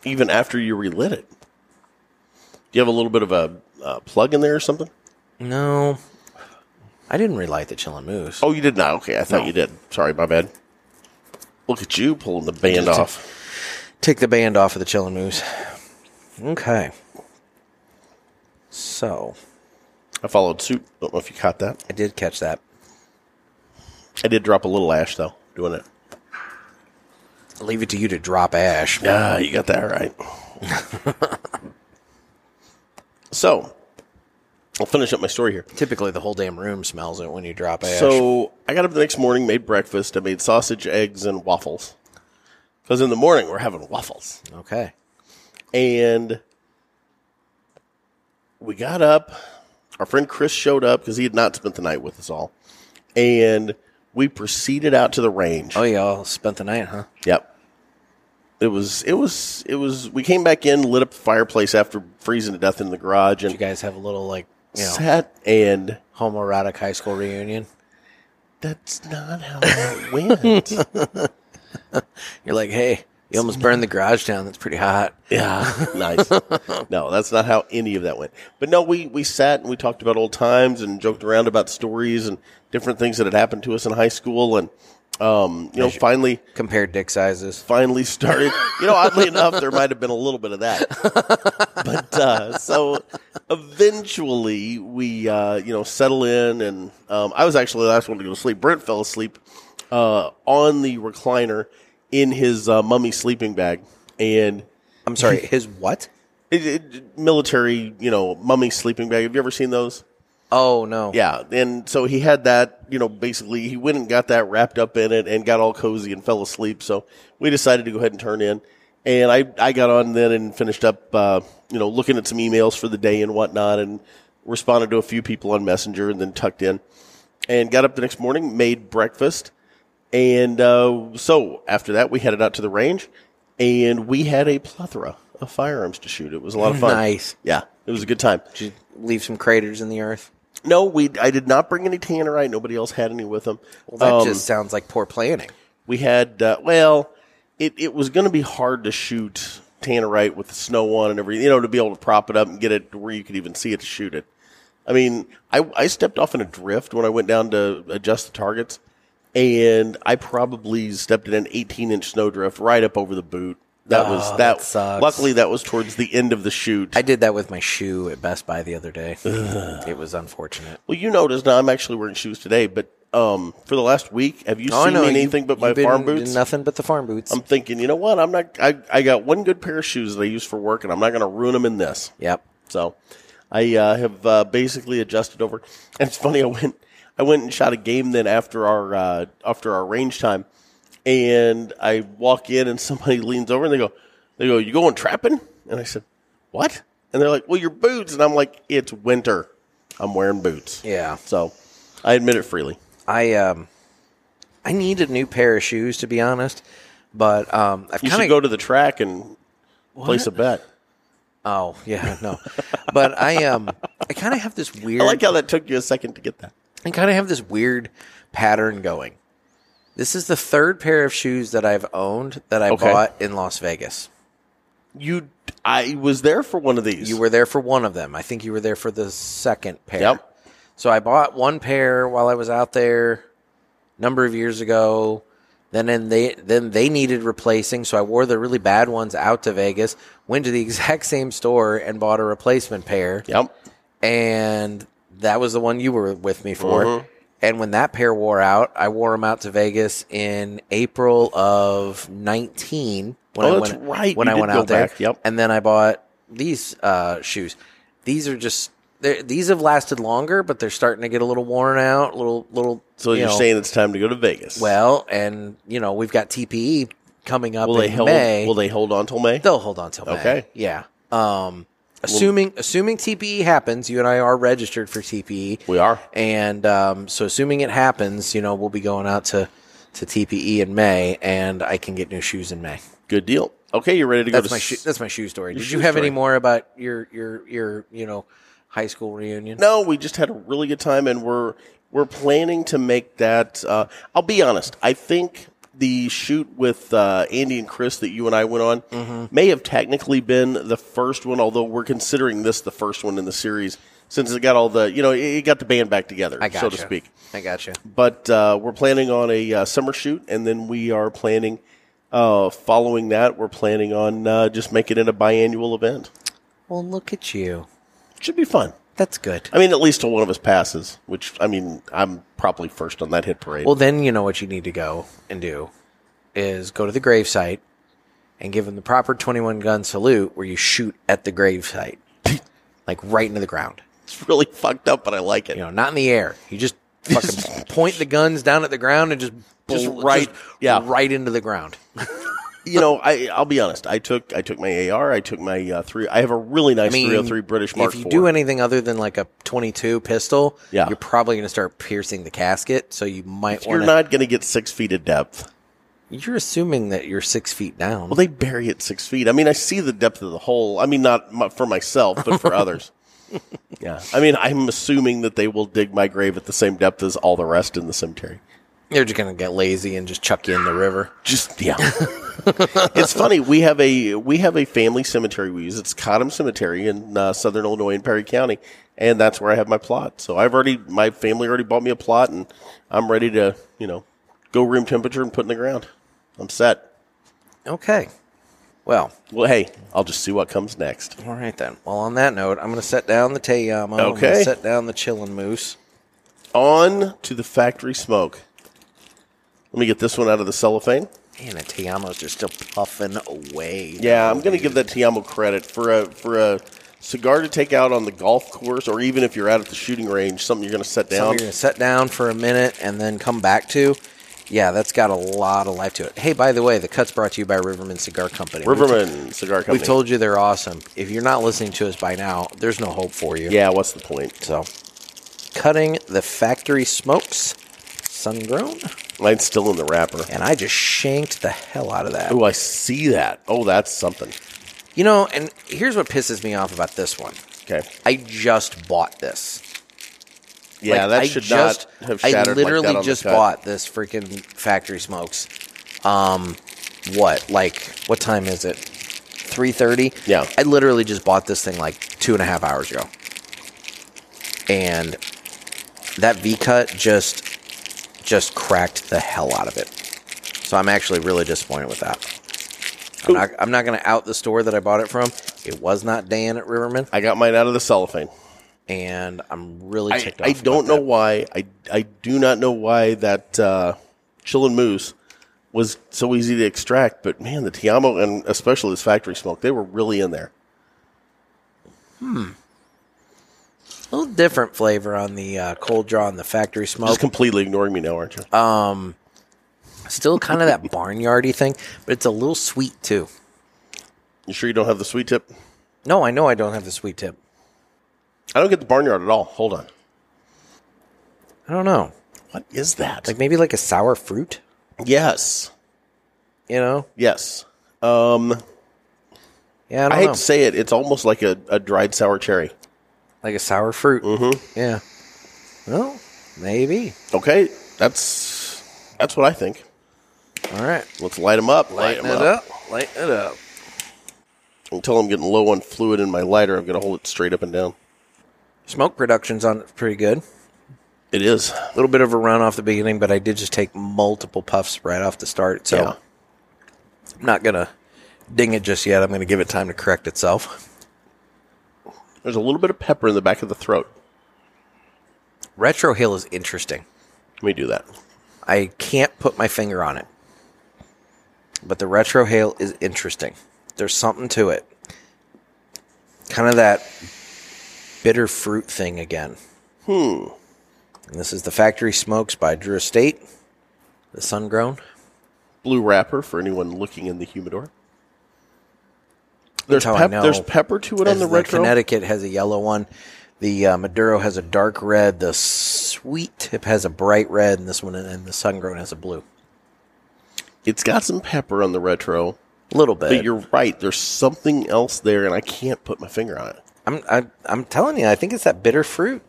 A: Even after you relit it. Do you have a little bit of a uh, plug in there or something?
B: No. I didn't relight the chillin' moose.
A: Oh, you did not. Okay, I thought you did. Sorry, my bad. Look at you pulling the band off.
B: Take the band off of the chillin' moose. Okay. So
A: I followed suit. Don't know if you caught that.
B: I did catch that.
A: I did drop a little ash though doing it.
B: I'll leave it to you to drop ash.
A: Yeah, Ah, you got that right. so, I'll finish up my story here.
B: Typically, the whole damn room smells it when you drop ash.
A: So, I got up the next morning, made breakfast. I made sausage, eggs, and waffles. Because in the morning, we're having waffles.
B: okay,
A: and we got up. Our friend Chris showed up because he had not spent the night with us all, and we proceeded out to the range.
B: oh y'all spent the night, huh?
A: Yep, it was it was it was. We came back in, lit up the fireplace after freezing to death in the garage, and
B: You guys have a little like you know
A: sat. And
B: homoerotic high school reunion.
A: that's not how it went.
B: You're like, hey, you almost burned the garage down. That's pretty hot.
A: Yeah, nice. No, that's not how any of that went. But no, we we sat and we talked about old times and joked around about stories and different things that had happened to us in high school, and um, you know, finally,
B: Compare dick sizes.
A: finally started. You know, oddly enough, there might have been a little bit of that. But uh, so eventually we, uh, you know, settle in, and um, I was actually the last one to go to sleep. Brent fell asleep uh, on the recliner in his uh, mummy sleeping bag, and.
B: I'm sorry, his what?
A: It, it, military, you know, mummy sleeping bag. Have you ever seen those?
B: Oh no.
A: Yeah. And so he had that, you know, basically he went and got that wrapped up in it and got all cozy and fell asleep. So we decided to go ahead and turn in. And I, I got on then and finished up, uh, you know, looking at some emails for the day and whatnot and responded to a few people on Messenger and then tucked in and got up the next morning, made breakfast. And uh, so after that, we headed out to the range and we had a plethora of firearms to shoot. It was a lot of fun.
B: Nice.
A: Yeah. It was a good time.
B: Did you leave some craters in the earth?
A: No, we. I did not bring any tannerite. Nobody else had any with them.
B: Well, that
A: Um,
B: just sounds like poor planning.
A: we had. Uh, well, it it was going to be hard to shoot tannerite with the snow on and everything. You know, to be able to prop it up and get it to where you could even see it to shoot it. I mean, I I stepped off in a drift when I went down to adjust the targets, and I probably stepped in an 18 inch snowdrift right up over the boot. That was
B: Oh,
A: that.
B: that sucks.
A: Luckily, that was towards the end of the shoot.
B: I did that with my shoe at Best Buy the other day. it was unfortunate.
A: Well, you noticed now I'm actually wearing shoes today, but um, for the last week, have you
B: Oh, I
A: seen
B: know,
A: me in
B: you-
A: anything but
B: you've
A: my
B: been
A: farm
B: in
A: boots? Um,
B: Nothing but the farm boots.
A: I'm thinking, you know what? I'm not. I, I got one good pair of shoes that I use for work, and I'm not going to ruin them in this.
B: yep.
A: So, I uh, have uh, basically adjusted over. And it's funny, I went, I went and shot a game then after our uh, after our range time, and I walk in and somebody leans over and they go, they go, you going trapping? And I said, what? And they're like, well, your boots. And I'm like, it's winter. I'm wearing boots.
B: Yeah.
A: So I admit it freely.
B: I um I need a new pair of shoes to be honest, but um I've
A: You
B: kind
A: should
B: of
A: go to the track and place a bet.
B: Oh yeah, no. but I um, I kind of have this weird.
A: I like how that took you a second to get that.
B: I kind of have this weird pattern going. This is the third pair of shoes that I've owned that I
A: Okay.
B: bought in Las Vegas.
A: You, I was there for one of these.
B: You were there for one of them. I think you were there for the second pair.
A: Yep.
B: So I bought one pair while I was out there a number of years ago. Then and they then they needed replacing, so I wore the really bad ones out to Vegas, went to the exact same store and bought a replacement pair.
A: Yep.
B: and that was the one you were with me for.
A: Mm-hmm.
B: And when that pair wore out, I wore them out to Vegas in April of nineteen. When
A: Oh,
B: I
A: that's
B: went,
A: right.
B: When
A: You
B: I
A: did
B: went
A: go
B: out there,
A: back. Yep.
B: And then I bought these uh, shoes. These are just they're- these have lasted longer, but they're starting to get a little worn out. Little little.
A: So
B: you
A: you are
B: know,
A: saying it's time to go to Vegas?
B: well, and you know we've got TPE coming up
A: will they
B: in
A: hold?
B: May.
A: Will they hold on till May?
B: They'll hold on till May.
A: Okay.
B: Yeah. Um, assuming assuming TPE happens, you and I are registered for TPE,
A: We are.
B: and um, so assuming it happens, you know, we'll be going out to to TPE in May, and I can get new shoes in May.
A: Good deal. Okay, you're ready to go
B: That's
A: to
B: my
A: s-
B: shoe, that's my shoe story. Did
A: shoe
B: you have
A: story.
B: any more about your your your you know high school reunion?
A: No, we just had a really good time, and we're we're planning to make that. Uh, I'll be honest. I think the shoot with uh, Andy and Chris that you and I went on
B: Mm-hmm.
A: may have technically been the first one, although we're considering this the first one in the series since it got all the you know it it got the band back together,
B: I got
A: so to speak.
B: I got you.
A: But uh, we're planning on a uh, summer shoot, and then we are planning. Uh, following that, we're planning on uh, just making it a biannual event.
B: Well, look at you.
A: Should be fun.
B: That's good.
A: I mean, at least till one of us passes, which, I mean, I'm probably first on that hit parade.
B: Well, then you know what you need to go and do is go to the gravesite and give them the proper 21 gun salute where you shoot at the gravesite, like right into the ground.
A: it's really fucked up, but I like it.
B: You know, not in the air. You just fucking point the guns down at the ground and just
A: Just
B: bull-
A: right- yeah.
B: right into the ground.
A: You know, I, I'll be honest. I took I took my AR. I took my uh, three. I have a really nice
B: I mean,
A: 303 British Mark
B: If you
A: IV.
B: do anything other than like a 22 pistol,
A: Yeah.
B: you're probably going to start piercing the casket. So you might
A: You're
B: want
A: not going to get six feet of depth.
B: You're assuming that you're six feet down.
A: Well, they bury it six feet. I mean, I see the depth of the hole. I mean, not my, for myself, but for others. Yeah. I mean, I'm assuming that they will dig my grave at the same depth as all the rest in the cemetery.
B: They're just going to get lazy and just chuck you in the river.
A: just yeah it's funny we have a we have a family cemetery we use it's Cottom Cemetery in uh, southern Illinois in Perry County and that's where I have my plot so I've already my family already bought me a plot and I'm ready to you know go room temperature and put in the ground I'm set
B: Okay. Well,
A: well hey I'll just see what comes next
B: all right then. Well, on that note, I'm going to set down the Teyamo. I'm going
A: Okay.
B: to set down the Chillin' Moose.
A: on to the factory smoke let me get this one out of the cellophane
B: Man, the Teyamo's are still puffing away.
A: Yeah, I'm going to give that Tiamo credit for a for a cigar to take out on the golf course, or even if you're out at the shooting range, something you're going to set
B: Something
A: down.
B: you're going to set down for a minute and then come back to. Yeah, that's got a lot of life to it. Hey, by the way, the cut's brought to you by Riverman Cigar Company. We've-
A: Riverman Cigar Company.
B: We've told you they're awesome. If you're not listening to us by now, there's no hope for you.
A: Yeah, what's the point?
B: So, cutting the factory smokes, sun grown,
A: Mine's still in the wrapper.
B: and I just shanked the hell out of that.
A: Oh, I see that. Oh, that's something.
B: You know, and here's what pisses me off about this one.
A: Okay.
B: I just bought this.
A: Yeah,
B: Like,
A: that
B: I
A: should
B: just,
A: not have
B: I
A: shattered like that
B: literally
A: on the
B: just
A: cut.
B: bought this freaking factory smokes. Um, what? Like, what time is it? Three thirty.
A: Yeah.
B: I literally just bought this thing like two and a half hours ago, and that V cut just just cracked the hell out of it. So I'm actually really disappointed with that. I'm
A: Ooh.
B: not, I'm not going to out the store that I bought it from. It was not Dan at Riverman,
A: I got mine out of the cellophane.
B: and I'm really
A: I,
B: ticked off.
A: I don't
B: about
A: know
B: that.
A: why. I, I do not know why that uh, Chillin' Moose was so easy to extract, but man, the Tiamo and especially this factory smoke, they were really in there.
B: A little different flavor on the uh, cold draw and the factory
A: Just
B: smoke.
A: completely ignoring me now, aren't you?
B: Uh, Still kind of that barnyardy thing, but it's a little sweet too.
A: You sure you don't have the sweet tip?
B: No, I know I don't have the sweet tip.
A: I don't get the barnyard at all. Hold on.
B: I don't know,
A: What is that?
B: like maybe like a sour fruit.
A: yes.
B: You know,
A: Yes. Um
B: Yeah, I
A: I
B: don't
A: hate
B: know.
A: to say it, it's almost like a, a dried sour cherry.
B: Like a sour fruit.
A: Mm-hmm.
B: Yeah. Well, maybe.
A: Okay, that's that's what I think.
B: All right.
A: Let's light them up. Light 'em
B: Lighten it up.
A: Until I'm getting low on fluid in my lighter, I'm going to hold it straight up and down.
B: Smoke production's on it pretty good.
A: It is.
B: A little bit of a run off the beginning, but I did just take multiple puffs right off the start. So
A: Yeah.
B: I'm not going to ding it just yet. I'm going to give it time to correct itself.
A: There's a little bit of pepper in the back of the throat.
B: Retro Hill is interesting.
A: Let me do that.
B: I can't put my finger on it. But the retro hail is interesting. There's something to it. Kind of that bitter fruit thing again. Hmm. this is the Factory Smokes by Drew Estate. The sun grown.
A: Blue wrapper for anyone looking in the humidor. There's,
B: how I
A: pep-
B: know.
A: there's pepper to it on
B: As
A: the retro.
B: Connecticut has a yellow one. The uh, Maduro has a dark red. The sweet tip has a bright red, and this one and the sun grown has a blue.
A: It's got some pepper on the retro,
B: A little bit.
A: but you're right. There's something else there, and I can't put my finger on it.
B: I'm I, I'm telling you, I think it's that bitter fruit.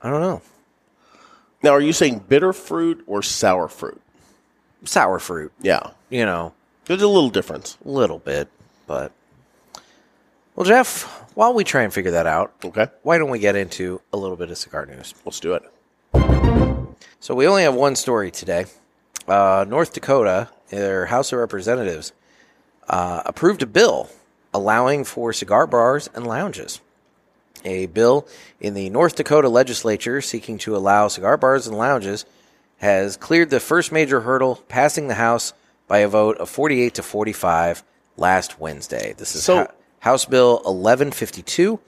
B: I don't know,
A: Now, are you saying bitter fruit or sour fruit?
B: sour fruit.
A: Yeah,
B: You know,
A: there's a little difference.
B: a little bit, but well, Jeff, while we try and figure that out,
A: Okay,
B: why don't we get into a little bit of cigar news?
A: let's do it.
B: So we only have one story today. Uh, North Dakota, their House of Representatives, uh, approved a bill allowing for cigar bars and lounges. A bill in the North Dakota legislature seeking to allow cigar bars and lounges has cleared the first major hurdle, passing the House by a vote of 48 to 45 last Wednesday. This is
A: So-
B: Ho- House Bill 1152,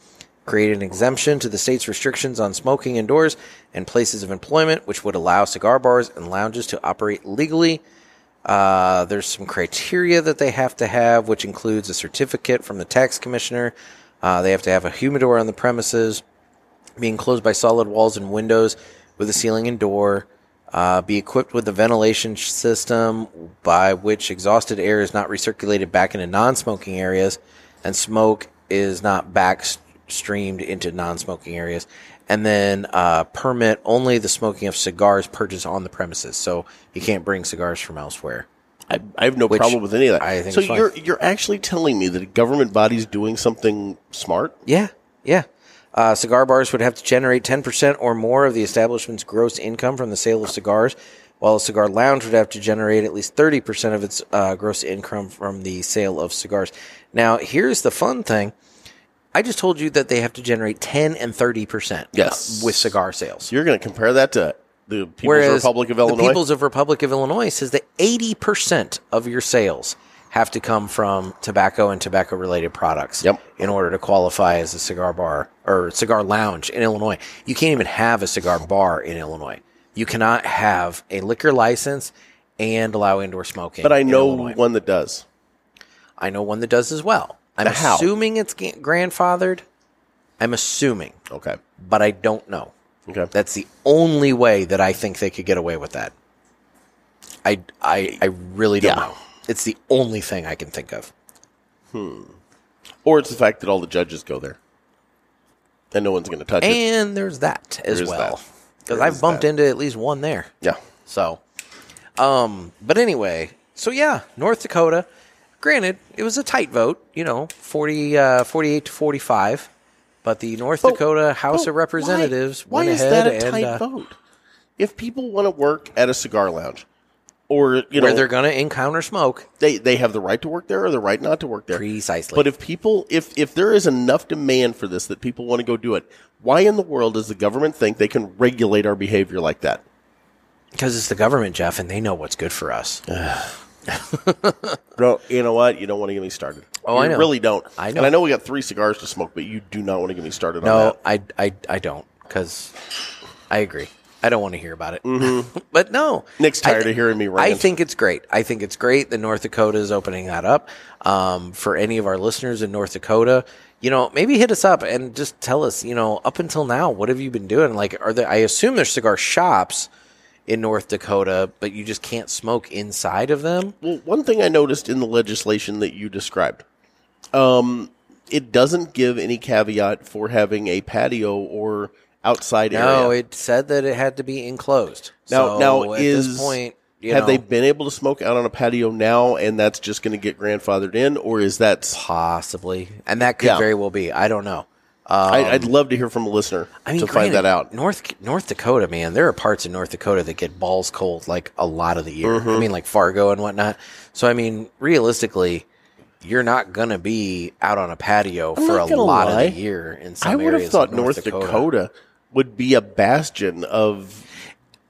B: created an exemption to the state's restrictions on smoking indoors and places of employment, which would allow cigar bars and lounges to operate legally uh, there's some criteria that they have to have, which includes a certificate from the tax commissioner. Uh, they have to have a humidor on the premises, be enclosed by solid walls and windows with a ceiling and door, uh, be equipped with a ventilation system by which exhausted air is not recirculated back into non smoking areas, and smoke is not back s- streamed into non smoking areas. And then uh, permit only the smoking of cigars purchased on the premises. So you can't bring cigars from elsewhere.
A: I, I have no problem with any of that.
B: I think
A: so.
B: is fine.
A: You're you're actually telling me that a government body's doing something smart?
B: Yeah, yeah. Uh, cigar bars would have to generate 10% or more of the establishment's gross income from the sale of cigars, while a cigar lounge would have to generate at least 30% of its uh, gross income from the sale of cigars. Now, here's the fun thing. I just told you that they have to generate 10 and 30%
A: Yes.
B: with cigar sales.
A: You're going to compare that to the People's Republic of Illinois?
B: The People's of Republic of Illinois says that 80% of your sales have to come from tobacco and tobacco related products
A: Yep.
B: in order to qualify as a cigar bar or cigar lounge in Illinois. You can't even have a cigar bar in Illinois. You cannot have a liquor license and allow indoor smoking.
A: but I
B: in
A: know
B: Illinois.
A: one that does.
B: I know one that does as well. I'm
A: Now how?
B: assuming it's ga- grandfathered. I'm assuming,
A: Okay.
B: but I don't know.
A: Okay.
B: That's the only way that I think they could get away with that. I I, I really don't
A: Yeah.
B: know. It's the only thing I can think of.
A: or it's the fact that all the judges go there, and no one's going to touch it.
B: And there's that as
A: There is
B: well.
A: that.
B: Because
A: There
B: I've
A: is
B: bumped
A: that.
B: into at least one there.
A: Yeah.
B: So, um, but anyway, so yeah, North Dakota. Granted, it was a tight vote, you know, 40, uh, 48 to 45. But the North Dakota House
A: But
B: of Representatives
A: Why, why
B: went
A: is that
B: ahead
A: a
B: and
A: tight
B: uh,
A: vote? If people want to work at a cigar lounge, or you
B: where
A: know,
B: they're going to encounter smoke.
A: they they have the right to work there or the right not to work there.
B: Precisely.
A: But if people, if if there is enough demand for this that people want to go do it, why in the world does the government think they can regulate our behavior like that?
B: Because it's the government, Jeff, and they know what's good for us.
A: No, you know what? You don't want to get me started.
B: Oh, I
A: You
B: know.
A: Really don't.
B: I know.
A: And I know we got three cigars to smoke, but you do not want to get me started on
B: No,
A: that.
B: I, I, I don't because I agree. I don't want to hear about it. but no,
A: Mm-hmm. Nick's
B: I
A: tired
B: thi-
A: of hearing me
B: I
A: rant.
B: think it's great. I think it's great that North Dakota is opening that up. Um, for any of our listeners in North Dakota, you know, maybe hit us up and just tell us, you know, up until now, what have you been doing? Like, are there? I assume there's cigar shops in North Dakota, but you just can't smoke inside of them.
A: Well, one thing I noticed in the legislation that you described Um, it doesn't give any caveat for having a patio or outside
B: No,
A: area.
B: it said that it had to be enclosed.
A: Now-
B: so
A: now
B: at
A: is-
B: this point, you
A: Have
B: know,
A: they been able to smoke out on a patio now, and that's just going to get grandfathered in, or is that?
B: possibly, and that could
A: Yeah.
B: very well be. I don't know. Uh,
A: I, I'd love to hear from a listener
B: Um, I mean,
A: to
B: granted,
A: find that out.
B: North North Dakota, man, there are parts of North Dakota that get balls cold like a lot of the year.
A: Mm-hmm.
B: I mean, like Fargo and whatnot. So, I mean, realistically, you're not gonna be out on a patio for
A: not
B: a
A: gonna
B: lot
A: lie.
B: of the year. In some
A: I would have
B: areas of
A: thought North Dakota. would be a bastion of.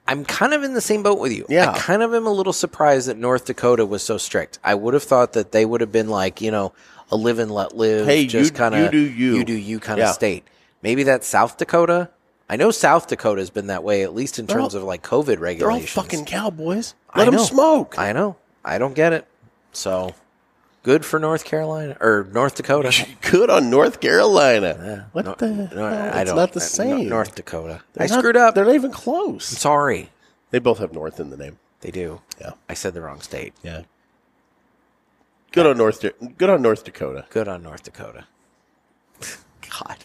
B: I'm kind of in the same boat with you.
A: Yeah.
B: I kind of am a little surprised that North Dakota was so strict. I would have thought that they would have been like, you know, a live and let live,
A: Hey, you-
B: just kind of
A: you do you.
B: you do you kind of
A: Yeah.
B: state. Maybe that's South Dakota. I know South Dakota has been that way, at least in terms
A: all-
B: of like COVID
A: They're all
B: regulations.
A: fucking cowboys.
B: I
A: Let them
B: know.
A: smoke.
B: I know. I don't get it. So good for North Carolina or North Dakota.
A: Good on North Carolina. what
B: Nor-
A: the?
B: Nor-
A: hell?
B: I
A: it's
B: don't-
A: not the
B: uh, no-
A: same.
B: North Dakota. I
A: They're not-
B: screwed up.
A: They're not even close.
B: Sorry.
A: They both have North in the name.
B: They do.
A: Yeah.
B: I said the wrong state.
A: Yeah. Good on North. Da- Good on North Dakota.
B: Good on North Dakota. God.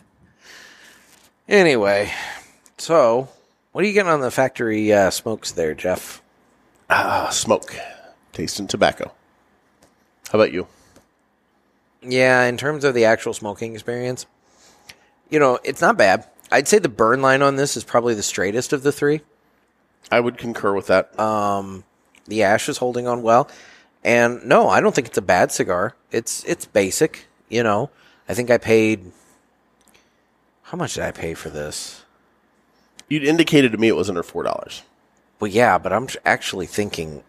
B: Anyway, so what are you getting on the factory uh, smokes there, Jeff?
A: Ah, smoke, tasting tobacco. How about you?
B: Yeah, in terms of the actual smoking experience, you know, it's not bad. I'd say the burn line on this is probably the straightest of the three.
A: I would concur with that. Uh,
B: The ash is holding on well, and no, I don't think it's a bad cigar. It's it's basic, you know. I think I paid. How much did I pay for this?
A: You'd indicated to me it was under four dollars.
B: Well, yeah, but I'm tr- actually thinking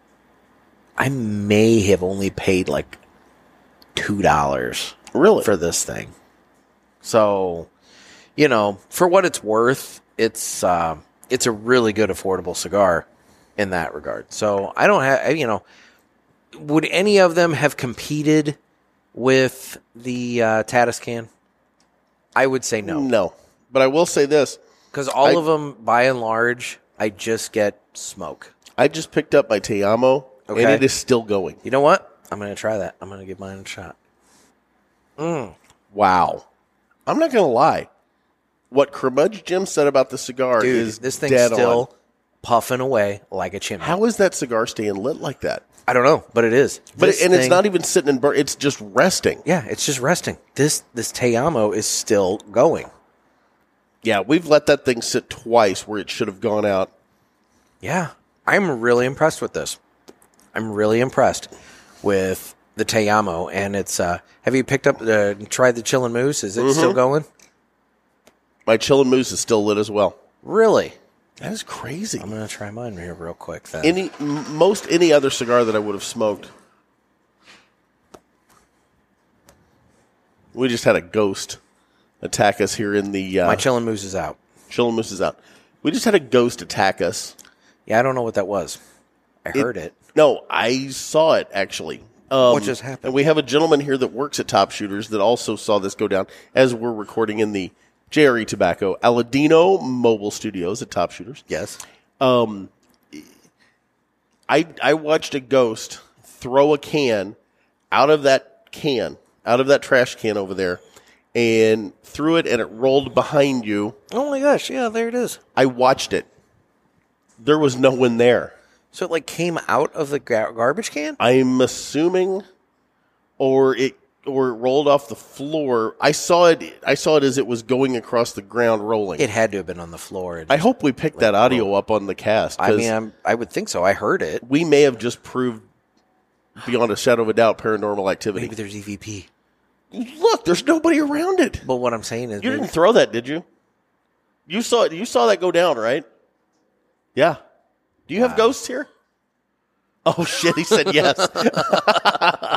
B: I may have only paid like two dollars
A: Really?
B: for this thing. So, you know, for what it's worth, it's uh, it's a really good affordable cigar in that regard. So I don't have you know, would any of them have competed with the uh, Tatis can? I would say no.
A: no, but I will say this.
B: Because all
A: I-
B: of them, by and large, I just get smoke.
A: I just picked up my Teyamo, and
B: Okay.
A: it is still going.
B: You know what? I'm gonna try that. I'm gonna give mine a shot.
A: Wow. I'm not going to lie. What Curmudge Jim said about the cigar
B: Dude,
A: is
B: this thing's
A: dead
B: still
A: on.
B: puffing away like a chimney.
A: How is that cigar staying lit like that?
B: I don't know, but it is.
A: But
B: This
A: and it's
B: thing-
A: not e-, even sitting in burn. It's just resting.
B: Yeah, it's just resting. This this Teyamo is still going.
A: Yeah, we've let that thing sit twice where it should have gone out.
B: Yeah, I'm really impressed with this. I'm really impressed with the Teyamo, and it's. Uh, have you picked up the tried the Chillin' Moose? Is it
A: Mm-hmm.
B: still going?
A: My Chillin' Moose is still lit as well.
B: Really?
A: That is crazy.
B: I'm gonna try mine here real quick. Then
A: Any m- most any other cigar that I would have smoked. We just had a ghost attack us here in the uh,
B: my Chillin' Moose is out.
A: Chillin' Moose is out. We just had a ghost attack us
B: Yeah, I don't know what that was. I heard it.
A: No, I saw it actually. Um,
B: What just happened?
A: And we have a gentleman here that works at Top Shooters that also saw this go down as we're recording in the Jerry Tobacco Aladino Mobile Studios at Top Shooters.
B: Yes.
A: I I watched a ghost throw a can out of that can out of that trash can over there and threw it and it rolled behind you.
B: Oh my gosh! Yeah, there it is.
A: I watched it. There was no one there.
B: So it like came out of the gar- garbage can?
A: I'm assuming, or it or it rolled off the floor. I saw it. I saw it as it was going across the ground, rolling.
B: It had to have been on the floor. and-
A: I hope we picked that audio up on the cast.
B: I
A: 'cause
B: mean, I'm, I would think so. I heard it.
A: we may have just proved beyond a shadow of a doubt paranormal activity.
B: Maybe there's EVP.
A: Look, there's nobody around it.
B: But what I'm saying is,
A: You
B: maybe-
A: didn't throw that, did you? You saw it. You saw that go down, right? Yeah. Do you have ghosts here? Oh shit! He said yes.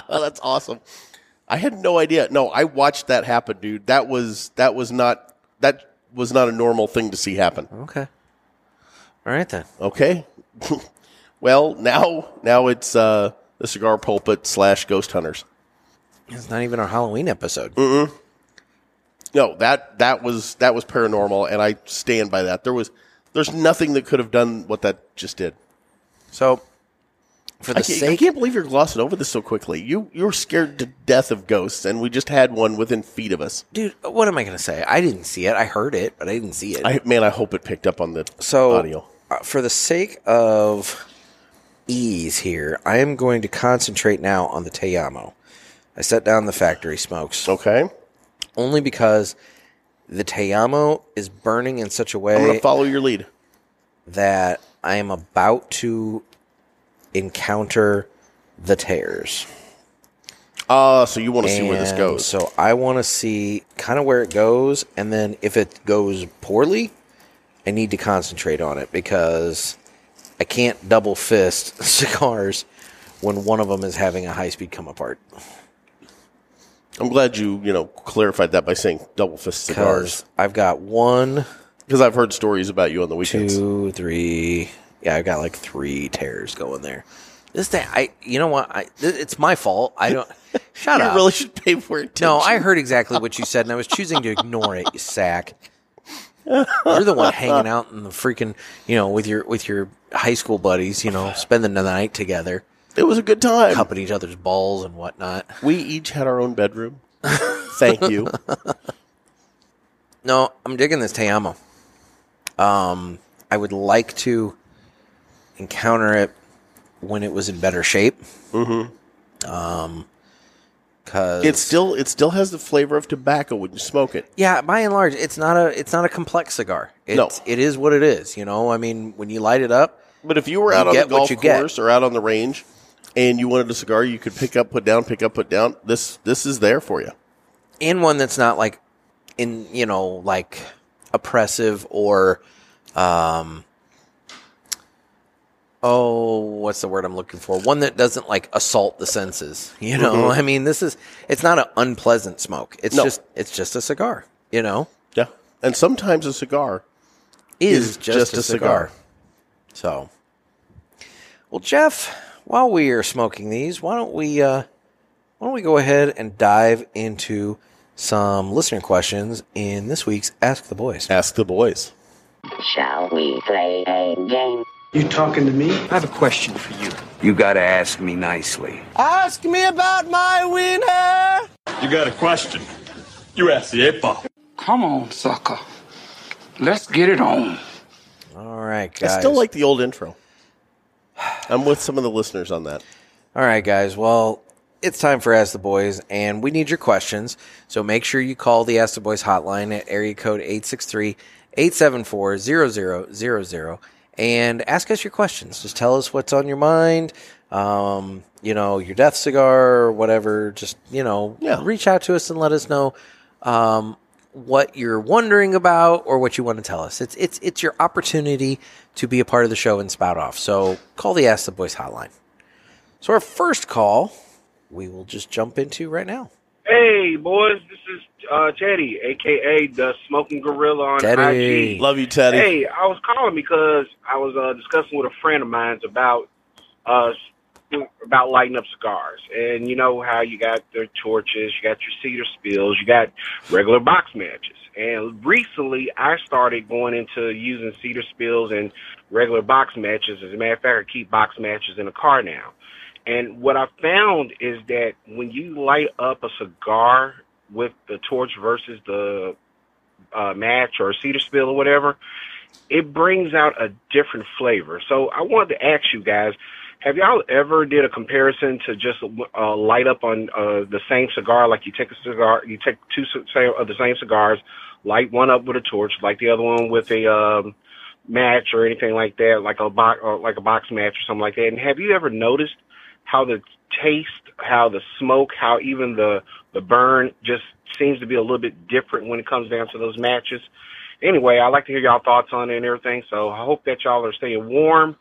A: That's awesome. I had no idea. No, I watched that happen, dude. That was that was not that was not a normal thing to see happen.
B: okay. All right then.
A: Okay. well, now now it's uh, the cigar pulpit slash ghost hunters.
B: It's not even our Halloween episode.
A: No, that that was that was paranormal, and I stand by that. There was there's nothing that could have done what that just did.
B: So For
A: I
B: the
A: can't, I
B: sake,
A: can't believe you're glossing over this so quickly. You you're scared to death of ghosts, and we just had one within feet of us.
B: dude, what am I going to say? I didn't see it. I heard it, but I didn't see it.
A: I man, I hope it picked up on the
B: so,
A: audio.
B: uh, for the sake of ease here, I am going to concentrate now on the Teyamo. I set down the factory smokes
A: Okay,
B: only because the Teyamo is burning in such a
A: I'm
B: way
A: gonna follow your lead.
B: that I am about to encounter the tears.
A: Ah, so you want to see where this
B: And
A: goes?
B: So I want to see kind of where it goes, and then if it goes poorly, I need to concentrate on it because I can't double fist cigars when one of them is having a high speed come apart.
A: I'm glad you you know clarified that by saying double fist cigars
B: Because I've got one,
A: because I've heard stories about you on the weekends.
B: two, three. Yeah, I've got like three tears going there. This thing, I, you know what? I, th- it's my fault. I don't. shut
A: You
B: up.
A: really should pay for it.
B: No, I heard exactly what you said, and I was choosing to ignore it, you sack. You're the one hanging out in the freaking, you know, with your with your high school buddies, you know, spending the night together,
A: it was a good time.
B: cupping each other's balls and whatnot.
A: We each had our own bedroom. Thank you.
B: No, I'm digging this Teyamo. Um, I would like to encounter it when it was in better shape. Mm-hmm. Um, cause
A: It still it still has the flavor of tobacco when you smoke it.
B: Yeah, by and large, it's not a it's not a complex cigar. It's,
A: No.
B: it is what it is. You know, I mean, when you light it up,
A: But if you were
B: You
A: out on the
B: get what
A: golf
B: you get.
A: course or out on the range and you wanted a cigar you could pick up, put down, pick up, put down, this this is there for you.
B: in one that's not like in you know like oppressive or um oh what's the word i'm looking for one that doesn't like assault the senses you know i mean this is it's not an unpleasant smoke it's
A: No.
B: just it's just a cigar you know
A: Yeah. And sometimes a cigar
B: is,
A: Is
B: just, a, cigar. So, well, Jeff, while we are smoking these, why don't we uh, why don't we go ahead and dive into some listener questions in this week's Ask the Boys?
A: ask the boys.
D: Shall we play a game?
E: You talking to me? I have a question for you.
F: You gotta ask me nicely.
B: Ask me about my wiener.
G: You got a question. You ask the eight ball.
H: Come on, sucker. Let's get it on.
B: All right,
A: I
B: guys.
A: still like the old intro. I'm with some of the listeners on that.
B: All right, guys. Well, it's time for Ask the Boys, and we need your questions. So make sure you call the Ask the Boys hotline at area code 863 874 0000 and ask us your questions. Just tell us what's on your mind, um, you know, your death cigar or whatever. Just, you know,
A: Yeah.
B: reach out to us and let us know. Um, what you're wondering about or what you want to tell us. It's it's it's your opportunity to be a part of the show and spout off. So call the Ask the Boys hotline. So our first call, we will just jump into right now.
I: Hey, boys, this is uh, Teddy, aka the Smoking Gorilla on
B: Teddy.
I: IG.
A: Love you, Teddy.
I: Hey, I was calling because I was uh, discussing with a friend of mine about uh, about lighting up cigars, and you know how you got their torches, you got your cedar spills, you got regular box matches. And recently, I started going into using cedar spills and regular box matches. As a matter of fact, I keep box matches in the car now. And what I found is that when you light up a cigar with the torch versus the uh, match or cedar spill or whatever, it brings out a different flavor. So I wanted to ask you guys, have y'all ever did a comparison to just uh, light up on uh, the same cigar? Like you take a cigar, you take two ci- same, of the same cigars, light one up with a torch, light the other one with a um, match or anything like that, like a box or like a box match or something like that. And have you ever noticed how the taste, how the smoke, how even the the burn just seems to be a little bit different when it comes down to those matches. Anyway, I'd like to hear y'all thoughts on it and everything. So I hope that y'all are staying warm.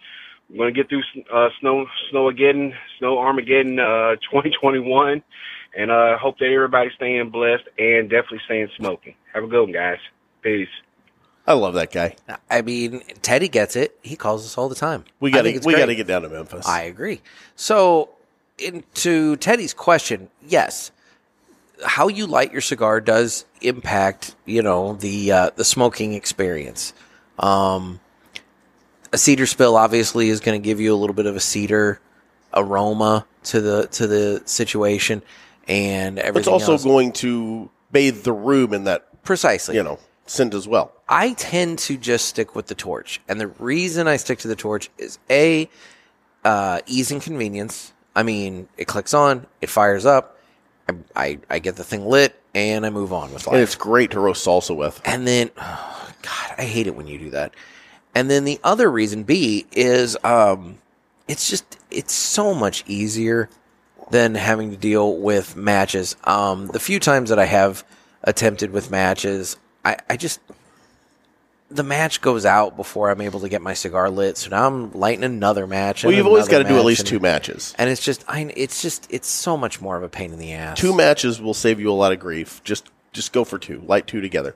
I: We're gonna get through uh, snow, snow again, snow Armageddon, uh, 2021, and uh, hope that everybody's staying blessed and definitely staying smoking. Have a good one, guys. Peace.
A: I love that guy.
B: I mean, Teddy gets it. He calls us all the time.
A: We
B: I
A: got
B: think
A: to
B: it's
A: we
B: great.
A: got to get down to Memphis.
B: I agree. So, into Teddy's question, yes, how you light your cigar does impact, you know, the uh, the smoking experience. Um, a cedar spill obviously is going to give you a little bit of a cedar aroma to the to the situation and everything.
A: It's also
B: else.
A: going to bathe the room in that
B: precisely.
A: you know scent as well.
B: I tend to just stick with the torch, and the reason I stick to the torch is a uh, ease and convenience. I mean, it clicks on, it fires up, I, I, I get the thing lit, and I move on with life.
A: And it's great to roast salsa with.
B: And then, oh, God, I hate it when you do that. And then the other reason B is, um, it's just it's so much easier than having to deal with matches. Um, the few times that I have attempted with matches, I, I just the match goes out before I'm able to get my cigar lit. So now I'm lighting another match.
A: Well,
B: and
A: you've always
B: another
A: got to do at
B: match
A: least
B: and-
A: two matches.
B: And it's just, I, it's just, it's so much more of a pain in the ass.
A: Two matches will save you a lot of grief. Just just go for two. Light two together.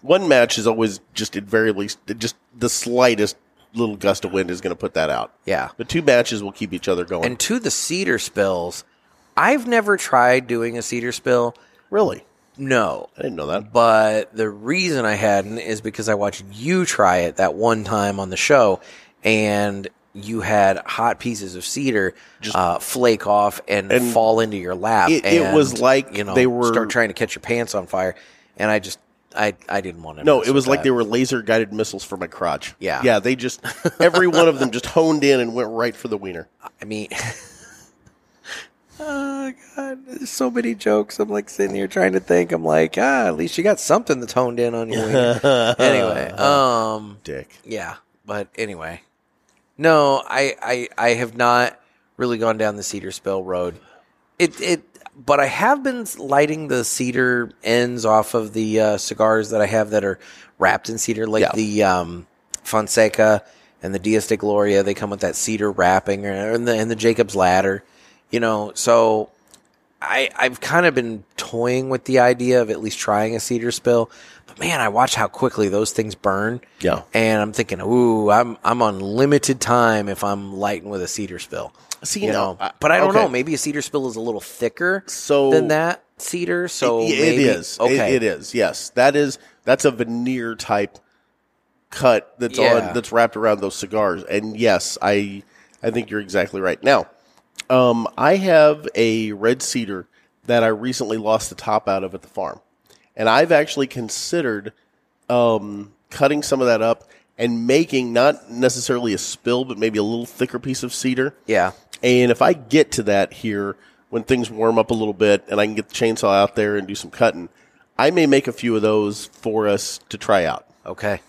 A: One match is always just at very least just the slightest little gust of wind is going to put that out.
B: Yeah.
A: But two matches will keep each other going.
B: And to the cedar spills, I've never tried doing a cedar spill.
A: really,
B: No.
A: I didn't know that.
B: But the reason I hadn't is because I watched you try it that one time on the show and you had hot pieces of cedar uh, flake off and,
A: And
B: fall into your lap.
A: it- it
B: and,
A: was like
B: you know,
A: they were-
B: start trying to catch your pants on fire. And I just, I, I didn't want to.
A: No, it was like they were laser guided missiles for my crotch.
B: Yeah.
A: Yeah, they just, every one of them just honed in and went right for the wiener.
B: I mean, oh god, there's so many jokes. I'm like sitting here trying to think. I'm like, ah, at least you got something to toned in on your wiener. anyway, um,
A: Dick.
B: yeah, but anyway, no, I, I, I have not really gone down the cedar spill road. It, it, but I have been lighting the cedar ends off of the uh, cigars that I have that are wrapped in cedar, like
A: Yeah.
B: the um, Fonseca and the Dias de Gloria. They come with that cedar wrapping, or, and the and the Jacob's Ladder, you know. So I, I've kind of been toying with the idea of at least trying a cedar spill, but man, I watch how quickly those things burn.
A: Yeah.
B: And I'm thinking, ooh, I'm I'm on limited time if I'm lighting with a cedar spill.
A: See,
B: You
A: now,
B: know, but I don't
A: okay.
B: know. Maybe a cedar spill is a little thicker
A: So-
B: than that cedar. So
A: It- it
B: maybe-
A: is. It-
B: Okay,
A: it is. Yes. That is, that's a veneer type cut that's
B: Yeah.
A: on, that's wrapped around those cigars. And yes, I, I think you're exactly right. Now, um, I have a red cedar that I recently lost the top out of at the farm. And I've actually considered um, cutting some of that up and making not necessarily a spill, but maybe a little thicker piece of cedar.
B: Yeah.
A: And if I get to that here when things warm up a little bit and I can get the chainsaw out there and do some cutting, I may make a few of those for us to try out.
B: Okay.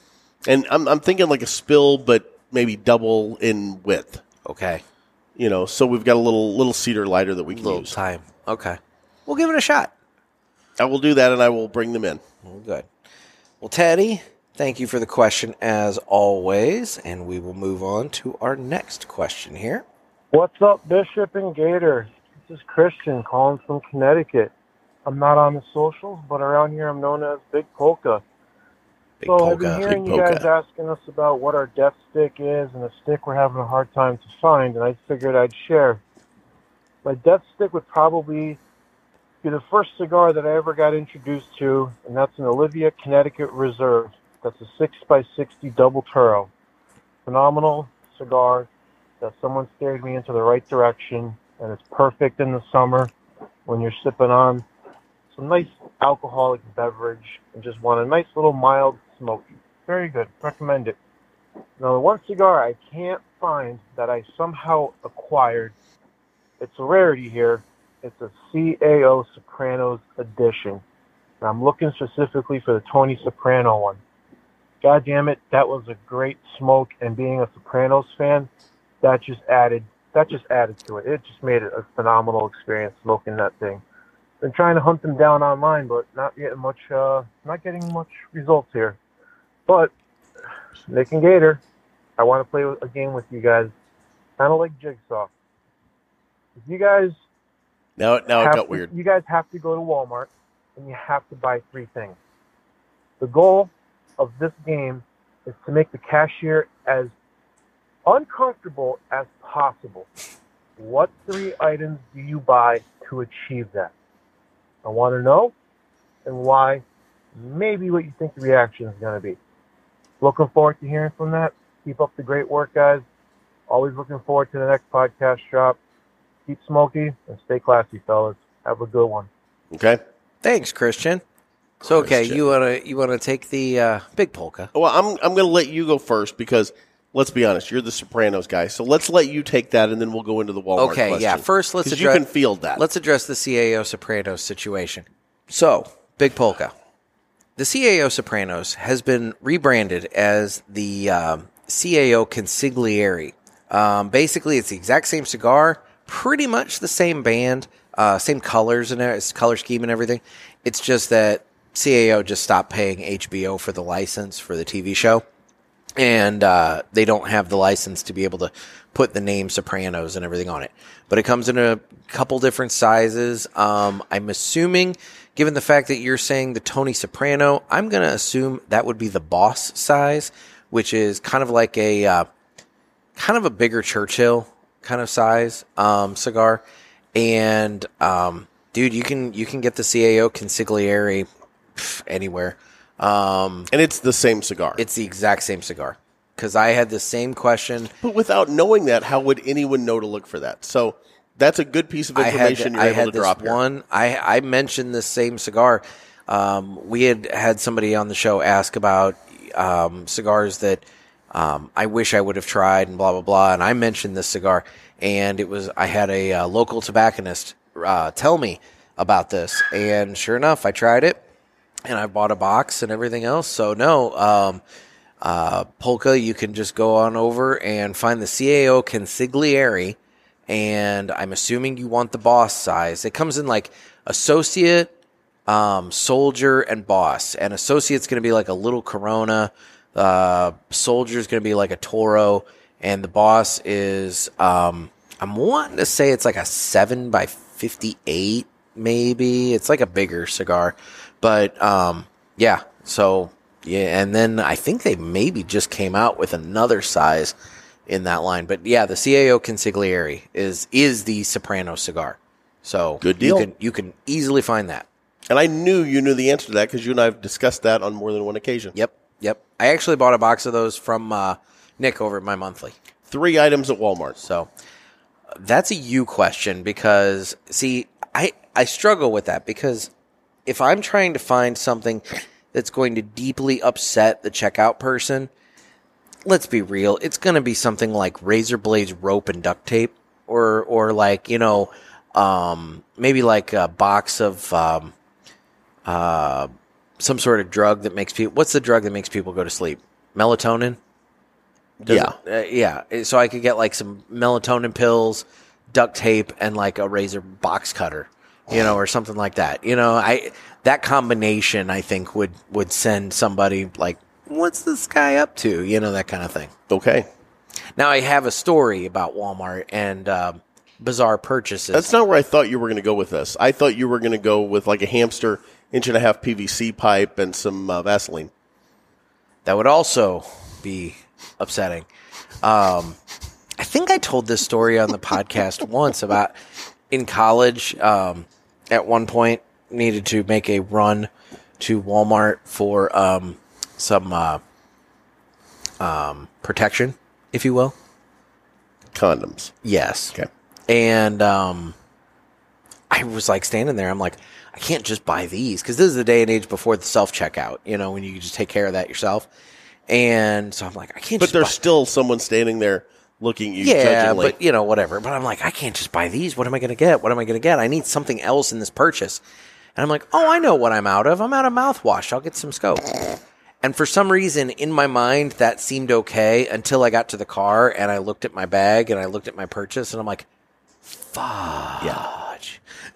A: And I'm, I'm thinking like a spill, but maybe double in width.
B: Okay.
A: You know, so we've got a little little cedar lighter that we can
B: Little
A: use.
B: time. Okay. We'll give it a shot.
A: I will do that, and I will bring them in.
B: Well, good. Well, Teddy, thank you for the question as always, and we will move on to our next question here.
I: What's up, Bishop and Gator? This is Christian calling from Connecticut. I'm not on the socials, but around here I'm known as Big Polka.
B: Big
I: so I've
B: polka.
I: been hearing
A: Big
I: you guys
A: Polka.
I: asking us about what our death stick is and a stick we're having a hard time to find, and I figured I'd share. My death stick would probably be the first cigar that I ever got introduced to, and that's an Olivia Connecticut Reserve. That's a 6x60 double Turo. Phenomenal cigar that someone steered me into the right direction, and it's perfect in the summer when you're sipping on some nice alcoholic beverage and just want a nice little mild smoke. Very good. Recommend it. Now, the one cigar I can't find that I somehow acquired, it's a rarity here. It's a CAO Sopranos edition. And I'm looking specifically for the Tony Soprano one. God damn it, that was a great smoke, and being a Sopranos fan, that just added that just added to it. It just made it a phenomenal experience smoking that thing been trying to hunt them down online, but not getting much, uh, not getting much results here. But Nick and Gator, I want to play a game with you guys, kind of like Jigsaw. If you guys
A: Now, now it
I: have
A: got
I: to-
A: weird.
I: You guys have to go to Walmart and you have to buy three things. The goal of this game is to make the cashier as uncomfortable as possible. What three items do you buy to achieve that? I want to know and why, maybe what you think the reaction is going to be. Looking forward to hearing from that. Keep up the great work, guys. Always looking forward to the next podcast drop. keep smoky and stay classy, fellas. Have a good one.
A: Okay.
B: Thanks, Christian. So okay,
A: Christian.
B: you wanna you wanna take the uh, big polka?
A: Well, I'm I'm going to let you go first because let's be honest, you're the Sopranos guy. So let's let you take that, and then we'll go into the Walmart.
B: Okay,
A: question.
B: yeah. First, let's
A: 'Cause
B: address-
A: you can field that.
B: Let's address the CAO Sopranos situation. So, Big Polka. The CAO Sopranos has been rebranded as the um, CAO Consigliere. Um, basically, it's the exact same cigar, pretty much the same band, uh, same colors and its color scheme and everything. It's just that CAO just stopped paying HBO for the license for the TV show and uh, they don't have the license to be able to put the name Sopranos and everything on it. But it comes in a couple different sizes. Um, I'm assuming, given the fact that you're saying the Tony Soprano, I'm going to assume that would be the boss size, which is kind of like a uh, kind of a bigger Churchill kind of size um, cigar. And um, dude, you can you can get the CAO Consigliere pff, anywhere. Um,
A: and it's the same cigar.
B: it's the exact same cigar. Because I had the same question.
A: but without knowing that, how would anyone know to look for that? So that's a good piece of
B: I had,
A: information
B: th-
A: you're
B: I
A: able
B: had
A: to
B: this
A: drop here.
B: one. I, I mentioned this same cigar. Um, we had had somebody on the show ask about um, cigars that um, I wish I would have tried and blah, blah, blah. And I mentioned this cigar. And it was, I had a uh, local tobacconist uh, tell me about this. And sure enough, I tried it. and I bought a box and everything else. So no, um, uh, Polka, you can just go on over and find the CAO Consigliere, and I'm assuming you want the boss size. It comes in like associate, um, soldier, and boss. And associate's going to be like a little Corona. Uh, soldier's going to be like a Toro, and the boss is um, I'm wanting to say it's like a seven by fifty eight maybe it's like a bigger cigar but um yeah so yeah and then i think they maybe just came out with another size in that line but yeah the cao consigliere is is the soprano cigar so
A: Good deal.
B: you can you can easily find that
A: And I knew you knew the answer to that because you and I have discussed that on more than one occasion.
B: yep yep i actually bought a box of those from uh nick over at my monthly
A: Three items at Walmart.
B: So uh, that's a you question because see, I I struggle with that because if I'm trying to find something that's going to deeply upset the checkout person, let's be real, it's going to be something like razor blades, rope, and duct tape, or or like you know, um, maybe like a box of um, uh, some sort of drug that makes people. What's the drug that makes people go to sleep? Melatonin. Does
A: Yeah.
B: it- uh, yeah. Uh, So I could get like some melatonin pills, duct tape, and like a razor box cutter, you know, or something like that. You know, I that combination I think would would send somebody like, what's this guy up to? You know, that kind of thing.
A: Okay.
B: Now I have a story about Walmart and um bizarre purchases.
A: That's not where I thought you were going to go with this. I thought you were going to go with like a hamster inch and a half PVC pipe and some uh, Vaseline.
B: that would also be upsetting. Um, I think I told this story on the podcast once about in college. Um, at one point, needed to make a run to Walmart for um, some uh, um, protection, if you will.
A: Condoms.
B: Yes.
A: Okay.
B: And um, I was like standing there. I'm like, I can't just buy these because this is the day and age before the self checkout. You know, when you just take care of that yourself. And so I'm like, I can't.
A: But
B: just
A: there's
B: buy-
A: still someone standing there looking at you
B: yeah,
A: judgingly.
B: but you know, whatever. But I'm like, I can't just buy these. What am I going to get? What am I going to get? I need something else in this purchase. And I'm like, oh, I know what I'm out of. I'm out of mouthwash. I'll get some scope. And for some reason, in my mind, that seemed okay until I got to the car and I looked at my bag and I looked at my purchase and I'm like, fudge.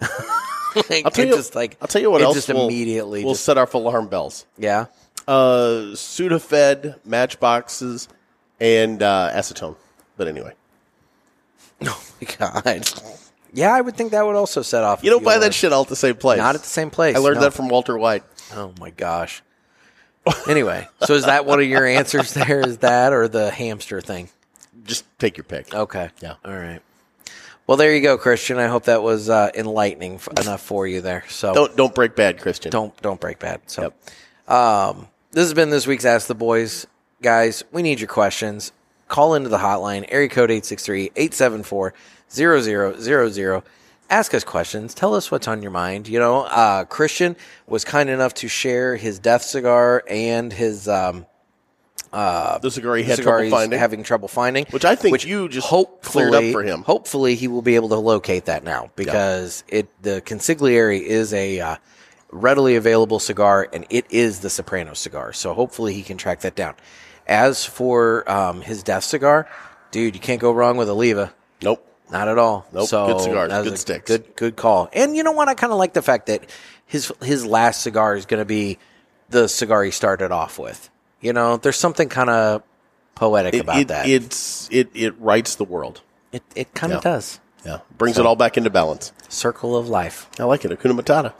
B: like,
A: I'll tell
B: it
A: you,
B: just like
A: I'll tell you what
B: it
A: else.
B: Just
A: we'll-
B: immediately,
A: we'll
B: just-
A: set off alarm bells.
B: yeah.
A: Uh, Sudafed, Matchboxes, and uh, acetone. But anyway,
B: Oh my god. Yeah, I would think that would also set off.
A: you
B: if
A: don't buy
B: were-
A: that shit all at the same place.
B: Not at the same place.
A: I learned
B: no.
A: that from Walter White.
B: Oh my gosh. Anyway, so is that one of your answers there? Is that or the hamster thing?
A: Just take your pick.
B: Okay.
A: Yeah.
B: All right. Well, there you go, Christian. I hope that was uh, enlightening f- enough for you there. So
A: Don't don't break bad, Christian.
B: don't don't break bad. So, um, this has been this week's Ask the Boys, guys. We need your questions. Call into the hotline, area code 863 0000. Ask us questions. Tell us what's on your mind. You know, uh, Christian was kind enough to share his death cigar and his um,
A: the cigar he
B: the
A: had
B: cigar
A: trouble
B: he's
A: finding.
B: having trouble finding.
A: Which I think you just cleared up for him.
B: Hopefully, he will be able to locate that now because it the Consigliere is a uh, readily available cigar, and it is the Soprano cigar. So hopefully, he can track that down. As for um, his death cigar, dude, you can't go wrong with Oliva.
A: nope.
B: Not at all.
A: Nope,
B: So
A: good cigars,
B: that was
A: good
B: a
A: sticks.
B: Good, good call. And you know what? I kind of like the fact that his his last cigar is going to be the cigar he started off with. You know, there's something kind of poetic
A: It,
B: about
A: it,
B: that. It
A: It's it it rights the world.
B: it, kind
A: Yeah.
B: of does.
A: Yeah, brings it all back into balance.
B: Circle of life.
A: I like it. Akuna Matata.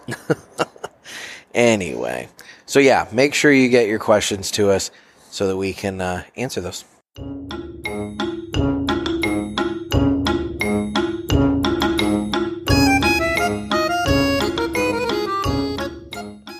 B: Anyway, so yeah, make sure you get your questions to us so that we can uh, answer those.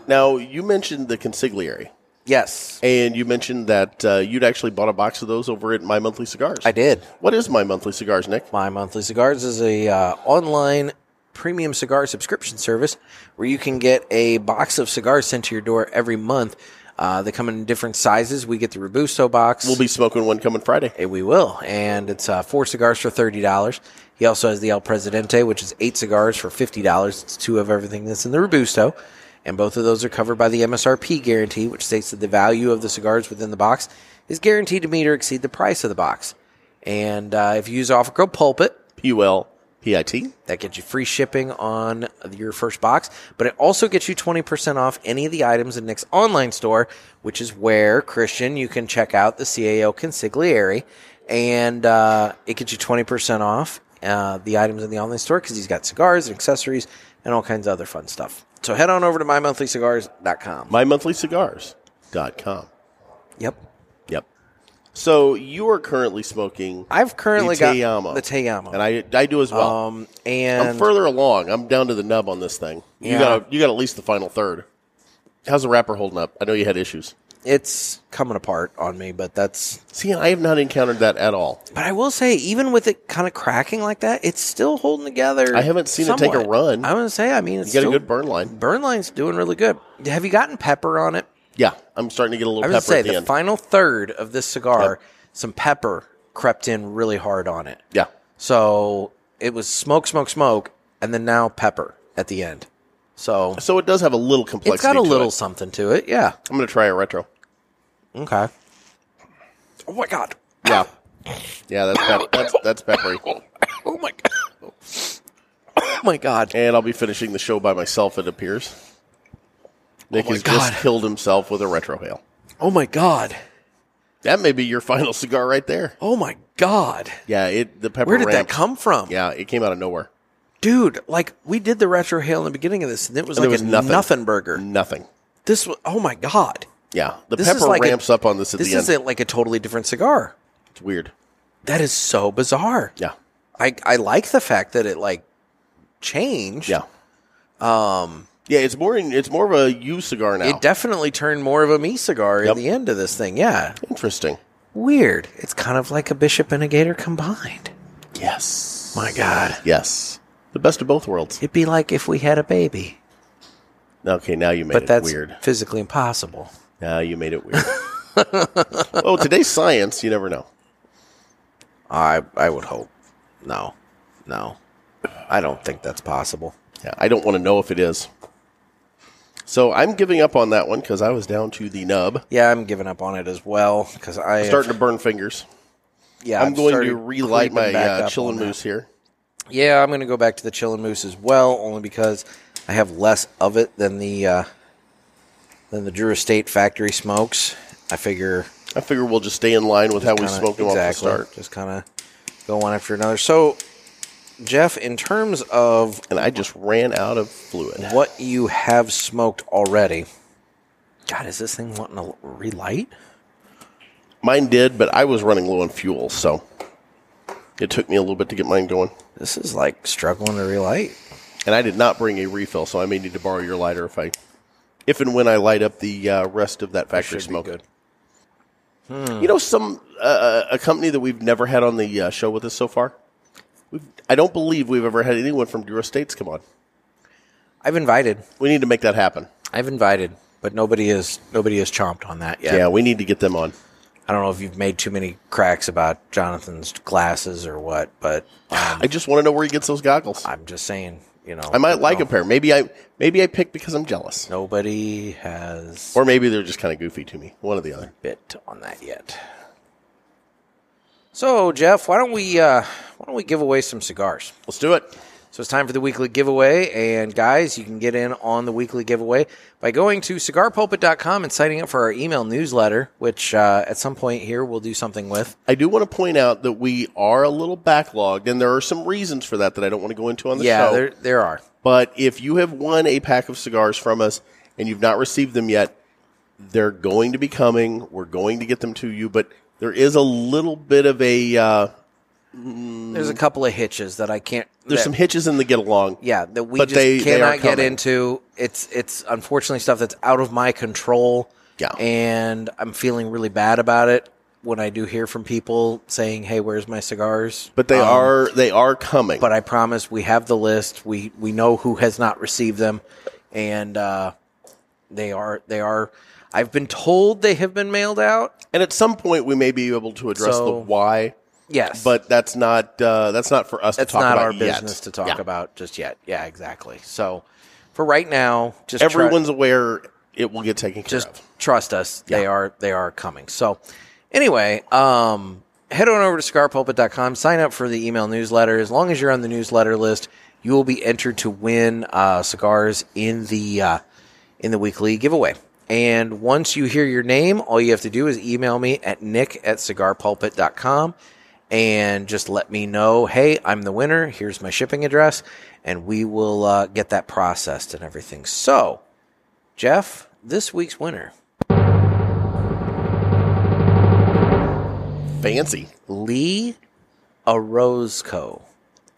A: Now you mentioned the consigliere,
B: Yes,
A: and you mentioned that uh, you'd actually bought a box of those over at My Monthly Cigars.
B: I did.
A: What is My Monthly Cigars, Nick?
B: My Monthly Cigars is a uh, online premium cigar subscription service where you can get a box of cigars sent to your door every month. Uh, they come in different sizes. We get the Robusto box.
A: We'll be smoking one coming Friday.
B: Eh, we will, and it's uh, four cigars for thirty dollars. He also has the El Presidente, which is eight cigars for fifty dollars. It's two of everything that's in the Robusto, and both of those are covered by the MSRP guarantee, which states that the value of the cigars within the box is guaranteed to meet or exceed the price of the box. And uh, if you use offer code Pulpit,
A: P U L P I T.
B: that gets you free shipping on your first box, but it also gets you 20% off any of the items in Nick's online store, which is where, Christian, you can check out the CAO Consigliere. And uh, it gets you 20% off uh, the items in the online store because he's got cigars and accessories and all kinds of other fun stuff. So head on over to mymonthlycigars.com.
A: MyMonthlyCigars.com.
B: Yep.
A: Yep. So you are currently smoking.
B: I've currently
A: the
B: got
A: Teyamo.
B: the Teyamo.
A: and I I do as well.
B: Um, and
A: I'm further along. I'm down to the nub on this thing. You
B: Yeah.
A: got you got at least the final third. How's the wrapper holding up? I know you had issues.
B: it's coming apart on me, but that's
A: See, I have not encountered that at all.
B: But I will say, even with it kind of cracking like that, it's still holding together.
A: I haven't seen it take a run.
B: I'm gonna say, I mean, it's
A: You got
B: still,
A: a good burn line.
B: burn line's doing really good. Have you gotten pepper on it?
A: Yeah, I'm starting to get a little
B: I was
A: pepper
B: gonna say
A: at the,
B: the,
A: end.
B: final third of this cigar,
A: Yep.
B: some pepper crept in really hard on it.
A: yeah,
B: So it was smoke, smoke, smoke, and then now pepper at the end. So
A: so it does have a little complexity.
B: it's got a
A: to
B: little
A: it.
B: something to it. Yeah.
A: I'm going to try a retro.
B: Okay. Oh my god.
A: Yeah, yeah, that's pep- that's that's peppery.
B: Oh my god. Oh my god.
A: And I'll be finishing the show by myself. It appears. Nick
B: Oh my
A: has just
B: God.
A: killed himself with a retro hail.
B: Oh my god.
A: That may be your final cigar right there.
B: Oh my god.
A: Yeah, it the pepper.
B: Where did that
A: ramps-
B: come from?
A: Yeah, it came out of nowhere.
B: Dude, like we did the retro hail in the beginning of this and it was
A: And
B: like
A: there
B: a
A: was
B: nothing.
A: nothing.
B: burger.
A: Nothing.
B: This was oh my god.
A: Yeah, the
B: This
A: pepper
B: is like a-
A: ramps up on this at
B: This
A: the end.
B: is a, like a totally different cigar.
A: It's weird.
B: That is so bizarre.
A: Yeah,
B: I I like the fact that it like changed.
A: yeah. Um, yeah, it's more. in- It's more of a you cigar now.
B: Um, It definitely turned more of a me cigar
A: Yep.
B: at the end of this thing. Yeah.
A: Interesting.
B: Weird. It's kind of like a bishop and a gator combined.
A: Yes.
B: My god.
A: Yes. The best of both worlds.
B: It'd be like if we had a baby.
A: Okay, now you made
B: But
A: it
B: that's
A: weird.
B: physically impossible.
A: Now you made it weird. oh, today's science. You never know.
B: I I would hope. No. No. I don't think that's possible.
A: Yeah, I don't want to know if it is. So I'm giving up on that one because I was down to the nub.
B: Yeah, I'm giving up on it as well because I have-
A: Starting to burn fingers.
B: yeah,
A: I'm
B: I've
A: going to
B: started
A: relight my
B: creeping back
A: uh,
B: up
A: chillin'
B: on that.
A: moose here.
B: Yeah, I'm going to go back to the chillin' moose as well, only because I have less of it than the uh, than the Drew Estate factory smokes. I figure
A: I figure we'll just stay in line with how we
B: kinda-
A: smoked them
B: exactly,
A: off the start.
B: just kind of go one after another. So, Jeff, in terms of
A: And I just ran out of fluid.
B: what you have smoked already, God, is this thing wanting to relight?
A: Mine did, but I was running low on fuel, so it took me a little bit to get mine going.
B: This is like struggling to relight.
A: And I did not bring a refill, so I may need to borrow your lighter if I, if and when I light up the uh, rest of that factory
B: should be
A: smoke. Hmm.
B: good.
A: uh, You know, some uh, a company that we've never had on the uh, show with us so far, We've, I don't believe we've ever had anyone from Duro States come on.
B: I've invited.
A: We need to make that happen.
B: I've invited, but nobody is nobody has chomped on that yet.
A: Yeah, we need to get them on.
B: I don't know if you've made too many cracks about Jonathan's glasses or what, but um,
A: I just want to know where he gets those goggles.
B: I'm just saying, you know,
A: I might like
B: no-
A: a pair. Maybe I maybe I pick because I'm jealous,
B: Nobody has
A: or maybe they're just kind of goofy to me. One or the other.
B: bit on that yet. So Jeff, why don't we uh, why don't we give away some cigars?
A: Let's do it.
B: So it's time for the weekly giveaway. And guys, you can get in on the weekly giveaway by going to cigarpulpit.com and signing up for our email newsletter, which uh, at some point here we'll do something with.
A: I do want to point out that we are a little backlogged, and there are some reasons for that that I don't want to go into on the
B: yeah,
A: show.
B: there, there are.
A: But if you have won a pack of cigars from us and you've not received them yet, they're going to be coming. We're going to get them to you. But there is a little bit of a uh,
B: There's a couple of hitches that I can't.
A: Mm. there's
B: that-
A: some hitches in the get along.
B: Yeah, that we
A: but
B: just
A: they- they are
B: cannot get
A: coming.
B: into. It's it's unfortunately stuff that's out of my control.
A: Yeah.
B: and I'm feeling really bad about it when I do hear from people saying, "Hey, where's my cigars?"
A: But they
B: Um,
A: are they are coming.
B: but I promise we have the list. We we know who has not received them, and uh, they are they are. I've been told they have been mailed out.
A: and at some point we may be able to address the
B: So-
A: why.
B: Yes,
A: But that's not uh, that's not for us
B: that's
A: to talk
B: not
A: about
B: our
A: yet.
B: business to talk
A: Yeah.
B: about just yet. Yeah, exactly. So for right now, just try-
A: Everyone's aware it will get taken care
B: just
A: of.
B: trust us they are they are coming so anyway um head on over to scarpulpit.com sign up for the email newsletter as long as you're on the newsletter list you will be entered to win uh, cigars in the uh, in the weekly giveaway and once you hear your name all you have to do is email me at nick at cigarpulpit.com and just let me know hey i'm the winner here's my shipping address and we will uh, get that processed and everything so Jeff, this week's winner,
A: Fancy.
B: Lee Orozco.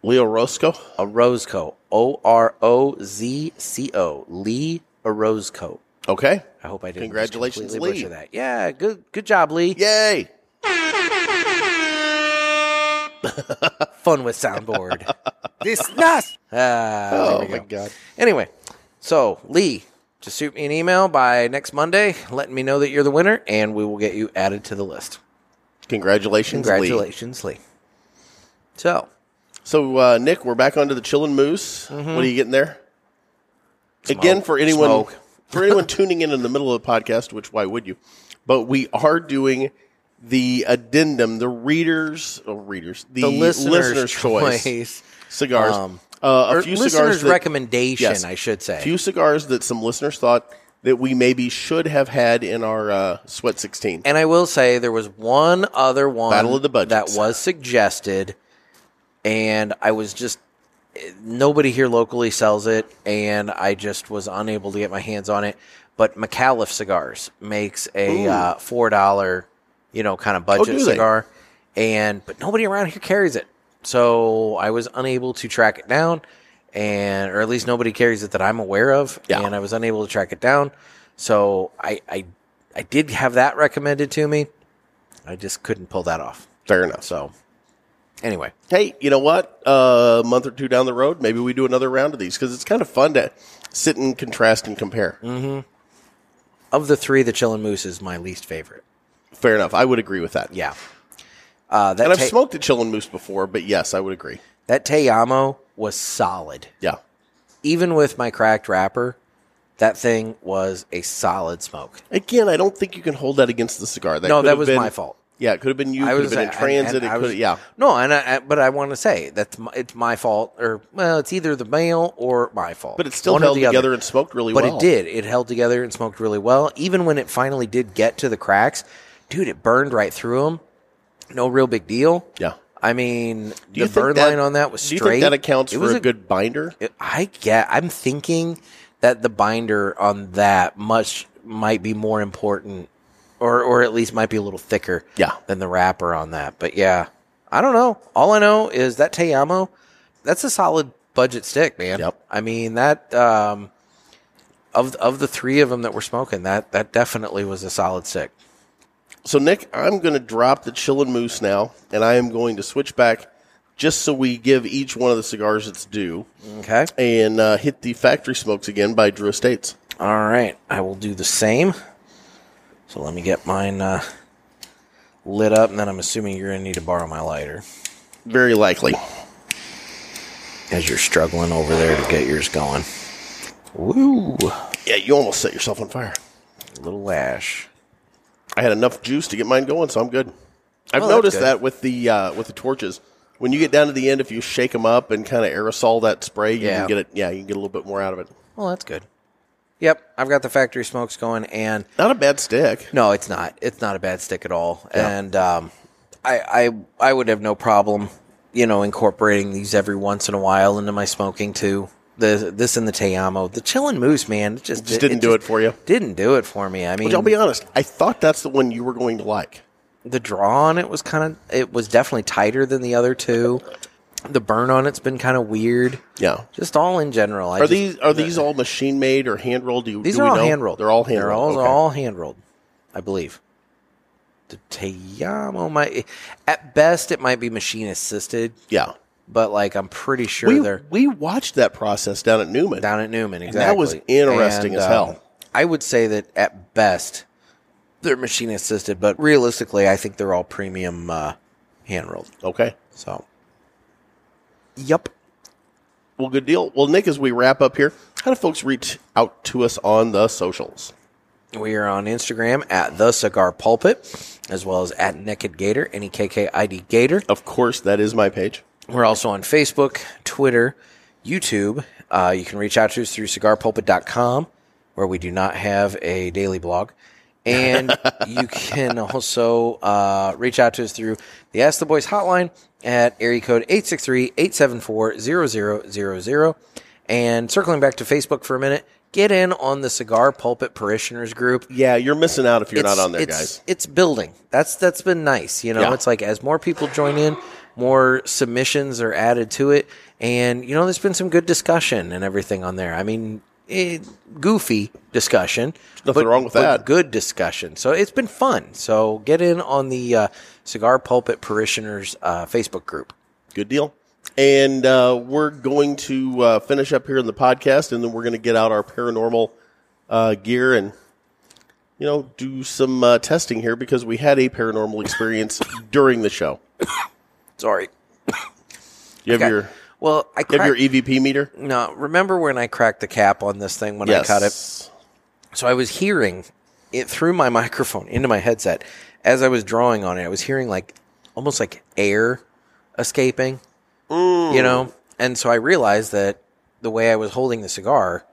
A: Leo Roscoe.
B: Orozco. O R O Z C O. Lee Orozco.
A: Okay.
B: I hope I didn't just
A: Congratulations,
B: completely
A: Lee.
B: butcher that. Yeah, good good job, Lee.
A: Yay.
B: Fun with soundboard. this nuts. Ah, there
A: Oh
B: we go.
A: my god.
B: Anyway, so Lee, just shoot me an email by next Monday, letting me know that you're the winner, and we will get you added to the list.
A: Congratulations, Lee.
B: Congratulations, Lee. So
A: So, uh, Nick, we're back onto the chillin' moose.
B: Mm-hmm.
A: What are you getting there? Again, for anyone
B: Smoke.
A: for anyone tuning in in the middle of the podcast, which why would you? But we are doing the addendum, the readers, oh, readers, the,
B: the, listener's,
A: choice,
B: choice.
A: cigars.
B: Um,
A: uh,
B: or
A: a few
B: listener's
A: cigars that,
B: recommendation,
A: Yes.
B: I should say.
A: few cigars that some listeners thought that we maybe should have had in our uh, sweat sixteen.
B: and I will say there was one other one
A: Battle of the
B: that
A: Budgets.
B: was suggested, and I was just nobody here locally sells it, and I just was unable to get my hands on it. But McAuliffe Cigars makes a uh, four dollar, you know, kind of budget
A: Oh, do they?
B: cigar, and but nobody around here carries it, so I was unable to track it down, and or at least nobody carries it that I'm aware of,
A: Yeah.
B: and I was unable to track it down. So I, I I did have that recommended to me. I just couldn't pull that off.
A: Fair enough.
B: So anyway,
A: hey, you know what? Uh, a month or two down the road, maybe we do another round of these because it's kind of fun to sit and contrast and compare.
B: Mm. of the three, the Chillin' Moose is my least favorite.
A: Fair enough. I would agree with that.
B: Yeah. Uh, that
A: And I've
B: Te-
A: smoked a Chillin' Moose before, but yes, I would agree.
B: that Teyamo was solid.
A: Yeah.
B: Even with my cracked wrapper, that thing was a solid smoke.
A: Again, I don't think you can hold that against the cigar. That
B: no,
A: could
B: that
A: have
B: was
A: been-
B: my fault.
A: Yeah, it could have been you.
B: I
A: Could
B: was
A: have been in
B: and-
A: transit.
B: and I
A: it
B: was-
A: could. Yeah.
B: No, and I, I- but I want to say that's my, it's my fault, or well, it's either the mail or my fault.
A: But it still
B: One or
A: held
B: the other.
A: together and smoked really
B: but
A: well.
B: it did. It held together and smoked really well. Even when it finally did get to the cracks, dude, it burned right through them. No real big deal.
A: Yeah.
B: I mean,
A: Do you
B: the
A: think
B: burn
A: that-
B: line on that was
A: Do
B: straight.
A: you think that accounts
B: It
A: for
B: was
A: a, good binder?
B: it- I get. I'm thinking that the binder on that much might be more important, or or at least might be a little thicker.
A: Yeah.
B: Than the wrapper on that, but yeah, I don't know. All I know is that Teyamo, that's a solid budget stick, man.
A: Yep.
B: I mean that um, of of the three of them that we're smoking, that that definitely was a solid stick.
A: So Nick, I'm going to drop the Chillin' Moose now, and I am going to switch back just so we give each one of the cigars its due,
B: Okay.
A: and uh, hit the factory smokes again by Drew Estates.
B: All right. I will do the same. So let me get mine uh, lit up, and then I'm assuming you're going to need to borrow my lighter
A: Very likely.
B: as you're struggling over there to get yours going. Woo!
A: Yeah, you almost set yourself on fire.
B: Little ash.
A: I had enough juice to get mine going, so I'm good. I've
B: Oh, that's
A: noticed
B: good.
A: that with the uh, with the torches. When you get down to the end, if you shake them up and kind of aerosol that spray, you
B: Yeah.
A: can get it. Yeah, you can get a little bit more out of it.
B: Well, that's good. Yep, I've got the factory smokes going, and
A: Not a bad stick.
B: no, it's not. It's not a bad stick at all. And um, I, I, I would have no problem, you know, incorporating these every once in a while into my smoking too. The this and the Teyamo, the Chillin' Moose, man, it just,
A: Just didn't do it for you.
B: Didn't do it for me. I mean,
A: Which I'll be honest, I thought that's the one you were going to like.
B: the draw on it was kind of it was definitely tighter than the other two. The burn on it's been kind of weird.
A: Yeah.
B: Just all in general. I
A: Are
B: just-
A: these are these all machine made or hand rolled? Do you,
B: These
A: do
B: are
A: we
B: all
A: know?
B: hand rolled.
A: They're all hand
B: They're all,
A: rolled.
B: all hand rolled, I believe. The Teyamo might, at best, it might be machine assisted,
A: Yeah.
B: but like I'm pretty sure
A: We,
B: they're
A: we watched that process down at Newman.
B: down at Newman. Exactly.
A: that was interesting as hell.
B: um, I would say that at best, they're machine assisted, but realistically, I think they're all premium uh, hand rolled.
A: Okay.
B: So, yep.
A: Well, good deal. Well, Nick, as we wrap up here, how do folks reach out to us on the socials?
B: We are on Instagram at the Cigar Pulpit, as well as at Naked Gator, N E K K I D Gator.
A: Of course, that is my page.
B: We're also on Facebook, Twitter, YouTube. Uh, you can reach out to us through cigarpulpit.com, where we do not have a daily blog. And you can also uh, reach out to us through the Ask the Boys hotline at area code 863 874 0000. And circling back to Facebook for a minute, get in on the Cigar Pulpit Parishioners group
A: Yeah, you're missing out if you're not
B: it's-
A: on there,
B: it's-
A: guys.
B: It's building. That's that's been nice. You know,
A: Yeah.
B: it's like as more people join in, more submissions are added to it, and you know, there's been some good discussion and everything on there. I mean, it, goofy discussion,
A: nothing wrong with that.
B: Good discussion. So it's been fun. So get in on the uh, cigar pulpit parishioners uh, Facebook group.
A: Good deal. And uh, we're going to uh, finish up here in the podcast, and then we're going to get out our paranormal uh, gear and you know do some uh, testing here because we had a paranormal experience during the show.
B: Sorry.
A: You have
B: Okay.
A: your
B: Well, I
A: you have your
B: cracked,
A: EVP meter.
B: no. Remember when I cracked the cap on this thing when I cut it? So I was hearing it through my microphone into my headset as I was drawing on it. I was hearing like almost like air escaping, you know? And so I realized that the way I was holding the cigar,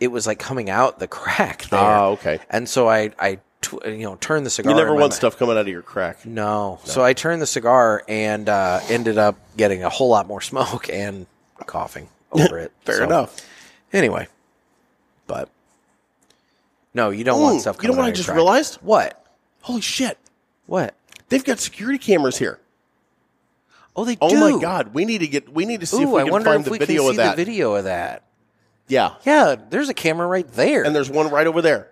B: it was like coming out the crack there.
A: Ah, okay.
B: And so I, I, tw- you know, turned the cigar.
A: You never
B: in my
A: want
B: mou-
A: stuff coming out of your crack.
B: No. So I turned the cigar and uh, ended up getting a whole lot more smoke and coughing over it.
A: Fair
B: So-
A: enough.
B: Anyway, but no, you don't
A: Mm,
B: want stuff.
A: you know
B: coming
A: what
B: out
A: I
B: of your
A: just
B: crack.
A: realized?
B: What?
A: Holy shit!
B: What?
A: They've got security cameras here.
B: Oh, they
A: Oh
B: do.
A: my god, we need to get we need to see
B: Ooh,
A: if we
B: I
A: can
B: wonder
A: find
B: if
A: the
B: we
A: video
B: can
A: of
B: see
A: that.
B: the video of that.
A: Yeah,
B: Yeah, there's a camera right there.
A: and there's one right over there.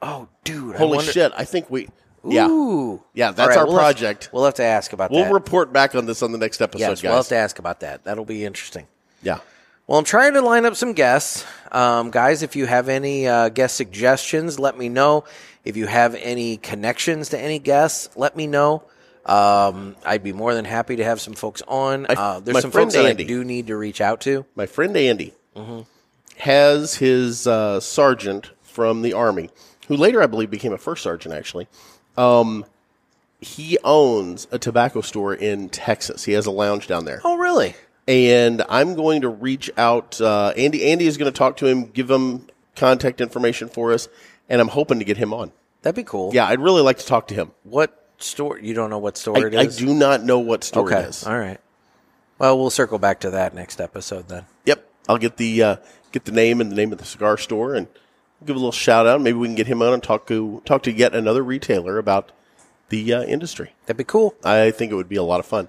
B: oh, dude! I
A: Holy
B: wonder-
A: shit! I think we. Yeah,
B: Ooh.
A: Yeah,
B: All
A: that's our
B: we'll have-
A: project.
B: we'll have to ask about
A: we'll
B: that.
A: report back on this on the next episode,
B: yes,
A: guys.
B: we'll have to ask about that. That'll be interesting.
A: yeah,
B: Well, I'm trying to line up some guests. Um, guys, if you have any uh, guest suggestions, let me know. If you have any connections to any guests, let me know. Um, I'd be more than happy to have some folks on.
A: I-
B: Uh,
A: my
B: there's some
A: friend
B: folks that I
A: Andy.
B: do need to reach out to.
A: my friend Andy has his uh, sergeant from the army, who later I believe became a first sergeant. Actually, um, he owns a tobacco store in Texas. He has a lounge down there.
B: Oh, really?
A: and I'm going to reach out. Uh, Andy Andy is going to talk to him, give him contact information for us, and I'm hoping to get him on.
B: That'd be cool.
A: Yeah, I'd really like to talk to him.
B: What store? You don't know what store
A: I,
B: it
A: I
B: is?
A: do not know what store
B: Okay.
A: it is.
B: All right. Well, we'll circle back to that next episode then.
A: Yep, I'll get the uh, get the name and the name of the cigar store and give a little shout out. Maybe we can get him on and talk to talk to yet another retailer about the uh, industry.
B: That'd be cool.
A: I think it would be a lot of fun.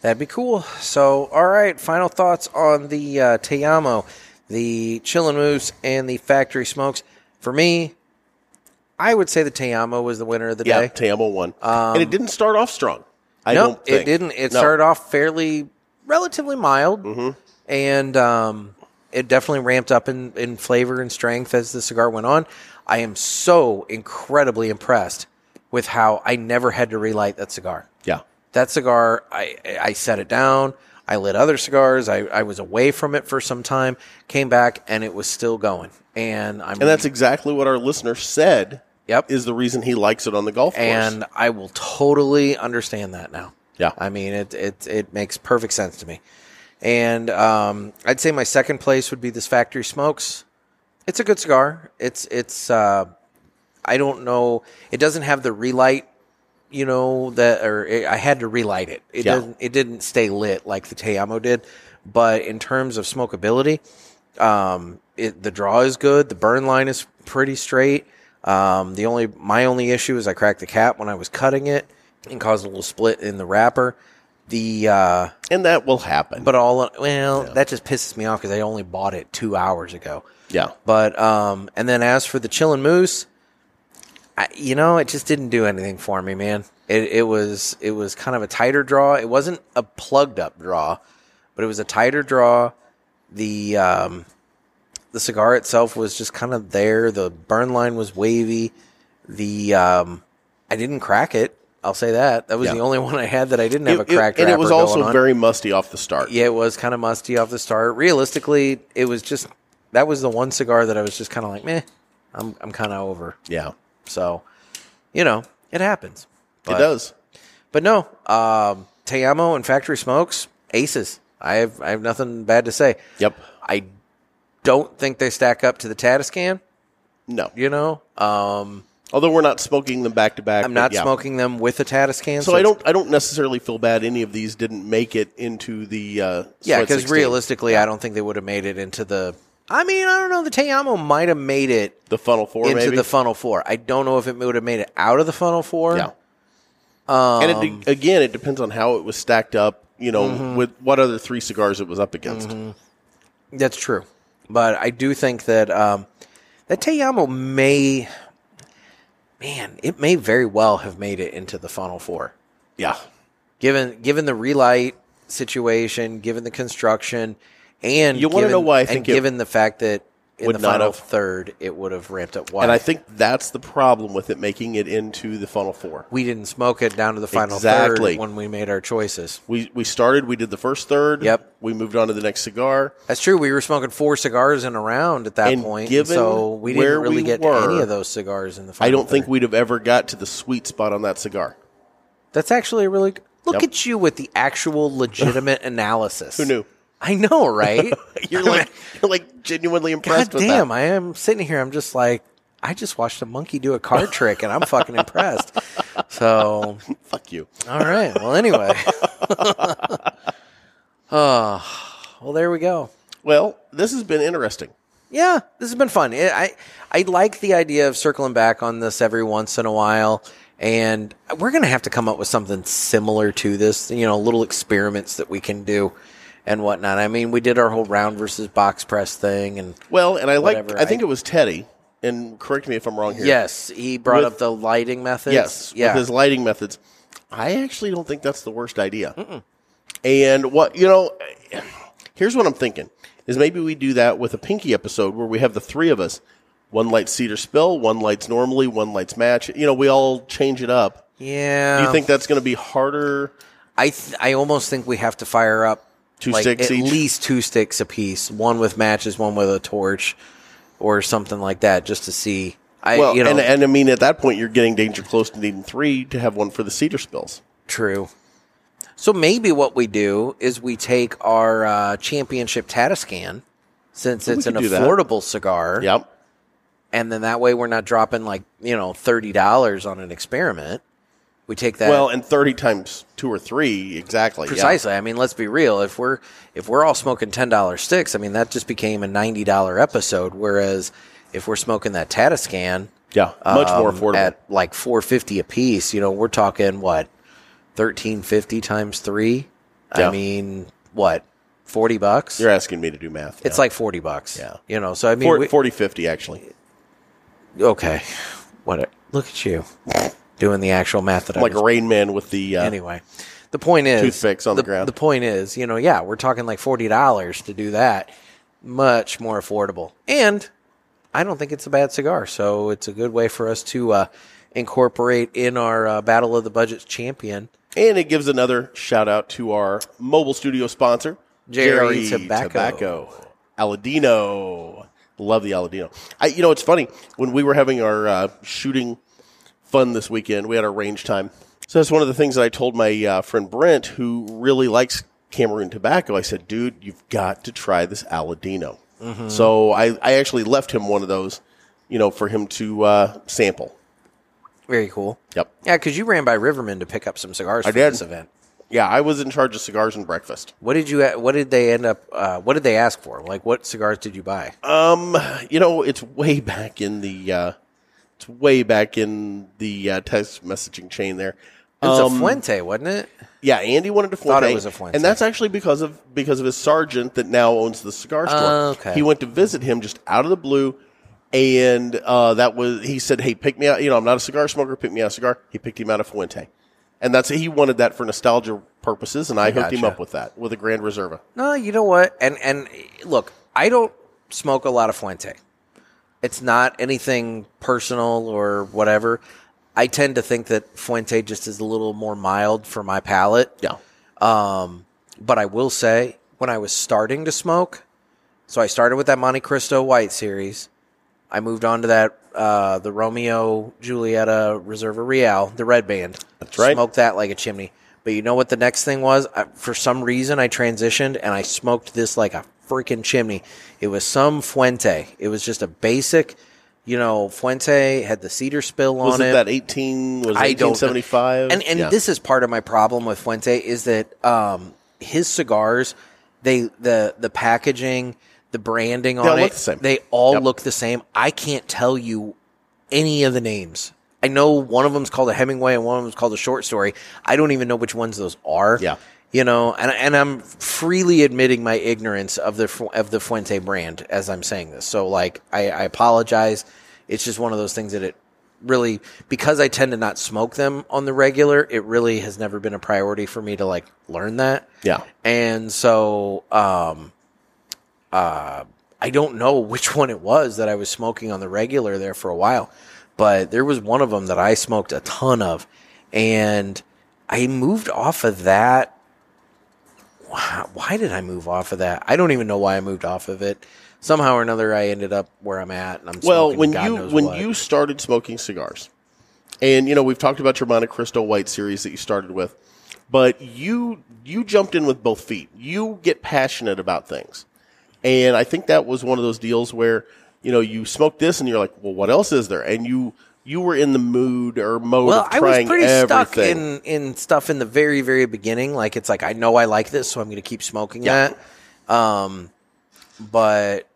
B: That'd be cool. So, all right, final thoughts on the uh, Teyamo, the Chillin' Moose, and the Factory Smokes. For me, I would say the Teyamo was the winner of the
A: Yeah,
B: day.
A: Tamo won, and it didn't start off strong. I
B: Um, no,
A: don't. Think.
B: it didn't. It
A: No.
B: started off fairly relatively mild,
A: Mhm.
B: and um, it definitely ramped up in, in flavor and strength as the cigar went on. I am so incredibly impressed with how I never had to relight that cigar.
A: Yeah.
B: That cigar, I, I set it down. I lit other cigars. I, I was away from it for some time, came back, and it was still going. And I'm
A: And that's exactly what our listener said
B: yep.
A: is the reason he likes it on the golf course.
B: and I will totally understand that now.
A: Yeah.
B: I mean it it it makes perfect sense to me. And um, I'd say my second place would be this factory smokes. It's a good cigar. It's it's uh, I don't know. It doesn't have the relight, you know that or it, I had to relight it. It
A: Yeah.
B: doesn't it didn't stay lit like the Teyamo did. But in terms of smokeability, um, it, the draw is good. The burn line is pretty straight. Um, the only my only issue is I cracked the cap when I was cutting it and caused a little split in the wrapper. The uh,
A: and that will happen.
B: but all well that just pisses me off because I only bought it two hours ago.
A: yeah.
B: But um, and then as for the chillin' moose, I, you know, it just didn't do anything for me, man. It, it was it was kind of a tighter draw. It wasn't a plugged up draw, but it was a tighter draw. The um, the cigar itself was just kind of there. The burn line was wavy. The um, I didn't crack it. I'll say that. That was
A: Yeah.
B: the only one I had that I didn't have
A: It-
B: a
A: it-
B: cracked.
A: and it
B: wrapper
A: was
B: going
A: also
B: on.
A: very musty off the start.
B: Yeah, it was kind of musty off the start. Realistically, it was just that was the one cigar that I was just kind of like, meh, I'm I'm kind of over.
A: Yeah.
B: So, you know, it happens. But,
A: it does.
B: But no, um, Te Amo and Factory Smokes, aces. I have I have nothing bad to say.
A: Yep.
B: I don't think they stack up to the Tatiscan.
A: No.
B: You know, um,
A: Although we're not smoking them back to back.
B: I'm
A: but
B: not
A: yeah.
B: smoking them with a Tatiscan.
A: So I don't. I don't necessarily feel bad. Any of these didn't make it into the. Uh,
B: Yeah,
A: Sweat
B: because
A: 16.
B: realistically, I don't think they would have made it into the. I mean, I don't know. The Te Amo might have made it
A: the funnel four
B: into
A: maybe
B: the funnel four. I don't know if it would have made it out of the funnel four.
A: Yeah.
B: Um,
A: and it, de- again, it depends on how it was stacked up. You know,
B: Mm-hmm.
A: with what other three cigars it was up against.
B: That's true. But I do think that um, that Teyamo may, man, it may very well have made it into the funnel four.
A: Yeah.
B: Given given the relight situation, given the construction, and
A: You wanna
B: given-
A: know why I
B: and
A: think it
B: given the fact that in
A: would
B: the
A: not
B: final
A: have.
B: third it would have ramped up wide.
A: And I think that's the problem with it making it into the funnel four.
B: we didn't smoke it down to the final
A: Exactly.
B: third when we made our choices.
A: We we started. We did the first third.
B: Yep.
A: We moved on to the next cigar.
B: That's true. We were smoking four cigars in a round at that
A: And
B: point,
A: given
B: so we didn't
A: where
B: really
A: we
B: get
A: were,
B: any of those cigars in the. Final
A: I don't think
B: third.
A: we'd have ever got to the sweet spot on that cigar.
B: That's actually a really. Look
A: Yep.
B: at you with the actual legitimate analysis.
A: Who knew?
B: I know, right?
A: You're like you're like genuinely
B: God
A: impressed with
B: damn!
A: that.
B: I am sitting here. I'm just like, I just watched a monkey do a card trick, and I'm fucking impressed. So,
A: Fuck you.
B: all right. Well, anyway. Oh, well, there we go.
A: Well, this has been interesting.
B: yeah, this has been fun. It, I I like the idea of circling back on this every once in a while, and we're gonna have to come up with something similar to this. You know, little experiments that we can do and whatnot. I mean, we did our whole round versus box press thing, and
A: Well, and I like
B: Whatever,
A: I think
B: I-
A: it was Teddy, and correct me if I'm wrong here.
B: yes, he brought
A: With-
B: up the lighting methods.
A: Yes,
B: yeah,
A: with his lighting methods. I actually don't think that's the worst idea. And what you know, here's what I'm thinking is maybe we do that with a pinky episode where we have the three of us. One lights cedar spill, one lights normally, one lights match. You know, we all change it up.
B: yeah.
A: Do you think that's going to be harder?
B: I th- I almost think we have to fire up
A: Two
B: like,
A: sticks
B: at
A: each?
B: least two sticks apiece, one with matches, one with a torch, or something like that, just to see. I
A: well,
B: Uh, you know
A: and, and I mean, at that point, you're getting danger close to needing three to have one for the cedar spills.
B: true. So maybe what we do is we take our uh, championship Tatiscan, since
A: We
B: it's an
A: could do that.
B: affordable cigar,
A: Yep.
B: and then that way we're not dropping like you know thirty dollars on an experiment. We take that
A: Well, and 30 times two or three, exactly. yeah.
B: Uh, Precisely. I mean, let's be real. If we're if we're all smoking ten dollar sticks, I mean that just became a ninety dollar episode. Whereas if we're smoking that Tatiscan,
A: Yeah, much more
B: um,
A: affordable.
B: at like four fifty a piece. You know, we're talking what thirteen fifty times three.
A: Yeah.
B: I mean, what forty bucks?
A: You're asking me to do math.
B: It's
A: yeah.
B: like forty bucks.
A: Yeah.
B: You know, so I mean,
A: Four-
B: we-
A: 40, 50, actually.
B: okay, what? a- Look at you doing the actual math that
A: I'm
B: I
A: like
B: was
A: a Rain Man with the. Uh,
B: anyway the point is
A: Toothpicks on the ground.
B: The point is, you know, yeah, we're talking like forty dollars to do that. Much more affordable, and I don't think it's a bad cigar. So it's a good way for us to uh, incorporate in our uh, Battle of the Budgets champion.
A: And it gives another shout out to our mobile studio sponsor,
B: JRE Tobacco.
A: Aladino. Love the Aladino. I, you know, it's funny. When we were having our uh, shooting fun this weekend, we had our range time. So that's one of the things that I told my uh, friend Brent, who really likes Cameroon tobacco. I said, dude, you've got to try this Aladino. So I, I actually left him one of those, you know, for him to uh, sample.
B: Very cool.
A: Yep.
B: Yeah, because you ran by Riverman to pick up some cigars for
A: did.
B: this event.
A: Yeah, I was in charge of cigars and breakfast.
B: What did you? What did they end up? Uh, what did they ask for? Like, what cigars did you buy?
A: Um, you know, it's way back in the uh, it's way back in the uh, text messaging chain there.
B: It was
A: Um,
B: a Fuente, wasn't it?
A: Yeah, Andy wanted a Fuente.
B: Thought it was a Fuente.
A: And that's actually because of because of his sergeant that now owns the cigar store.
B: Oh, okay.
A: He went to visit him just out of the blue and uh, that was he said, Hey, pick me out you know, I'm not a cigar smoker, pick me out a cigar. He picked him out a Fuente. And that's he wanted that for nostalgia purposes, and I, hooked him
B: gotcha.
A: up with that with a Grand Reserva.
B: No, you know what? And and look, I don't smoke a lot of Fuente. It's not anything personal or whatever. I tend to think that Fuente just is a little more mild for my palate.
A: Yeah.
B: Um, but I will say, when I was starting to smoke, so I started with that Monte Cristo White series. I moved on to that uh, the Romeo Julieta Reserva Real, the red band. That's
A: right.
B: Smoked that like a chimney. But you know what the next thing was? I, for some reason, I transitioned and I smoked this like a freaking chimney. It was some Fuente. It was just a basic, you know, Fuente had the cedar spill
A: Was
B: on
A: it
B: it.
A: that eighteen was
B: I don't know.
A: eighteen seventy five?
B: And and this is part of my problem with Fuente is that um, his cigars, they the the packaging, the branding on
A: all
B: it,
A: look the same.
B: they all
A: Yep.
B: look the same. I can't tell you any of the names. I know one of them's called a Hemingway and one of them's called a short story. I don't even know which ones those are.
A: Yeah.
B: You know, and and I'm freely admitting my ignorance of the Fu- of the Fuente brand as I'm saying this. So like I, I apologize. It's just one of those things that it really because I tend to not smoke them on the regular, it really has never been a priority for me to like learn that.
A: Yeah.
B: And so um uh, I don't know which one it was that I was smoking on the regular there for a while, but there was one of them that I smoked a ton of, and I moved off of that. Wow, Why did I move off of that? I don't even know why I moved off of it. Somehow or another, I ended up where I'm at, and I'm
A: Well,
B: smoking
A: when
B: God
A: you
B: knows
A: when
B: what.
A: you started smoking cigars, and you know we've talked about your Monte Cristo White series that you started with, but you you jumped in with both feet. You get passionate about things, and I think that was one of those deals where you know you smoke this and you're like, well, what else is there? And you you were in the mood or mode
B: well,
A: of
B: I was
A: trying
B: pretty
A: everything.
B: stuck in in stuff in the very very beginning. Like it's like I know I like this, so I'm going to keep smoking that. Um, but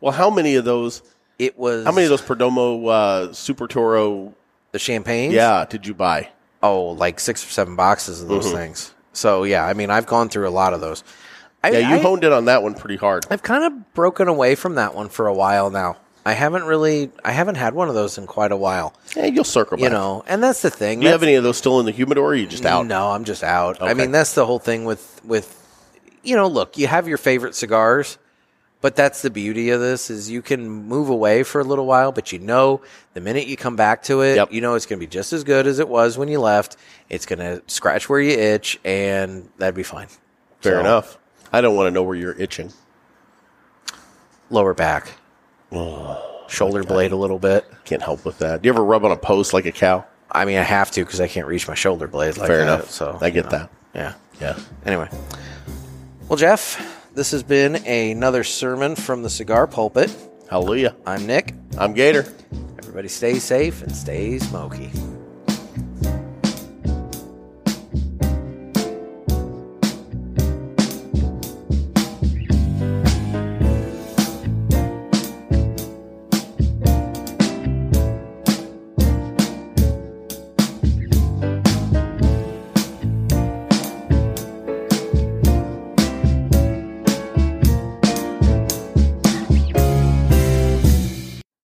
A: well, how many of those?
B: it was
A: How many of those Perdomo uh, Super Toro?
B: the champagne?
A: Yeah, did you buy?
B: oh, like six or seven boxes of those
A: Mm-hmm.
B: things. So yeah, I mean, I've gone through a lot of those. I,
A: Yeah, you
B: I,
A: honed in on that one pretty hard.
B: I've kind of broken away from that one for a while now. I haven't really, I haven't had one of those in quite a while,
A: Yeah, you'll circle back.
B: you know. And that's the thing.
A: Do you have
B: that's-
A: any of those still in the humidor? Or are you just out?
B: No, I'm just out. I
A: Okay.
B: mean, that's the whole thing with with you know, look, you have your favorite cigars, but that's the beauty of this is you can move away for a little while, but you know, the minute you come back to it,
A: Yep.
B: you know it's going to be just as good as it was when you left. It's going to scratch where you itch and that'd be fine.
A: Fair
B: So,
A: enough. I don't want to know where you're itching.
B: Lower back.
A: Oh,
B: Shoulder blade a little bit.
A: Can't help with that. Do you ever rub on a post like a cow?
B: I mean, I have to because I can't reach my shoulder blade like
A: Fair
B: that,
A: enough.
B: So
A: I get
B: you know,
A: that.
B: Yeah.
A: Yeah.
B: Anyway. Well, Jeff, this has been another sermon from the cigar pulpit.
A: Hallelujah.
B: I'm Nick.
A: I'm Gator.
B: Everybody stay safe and stay smoky.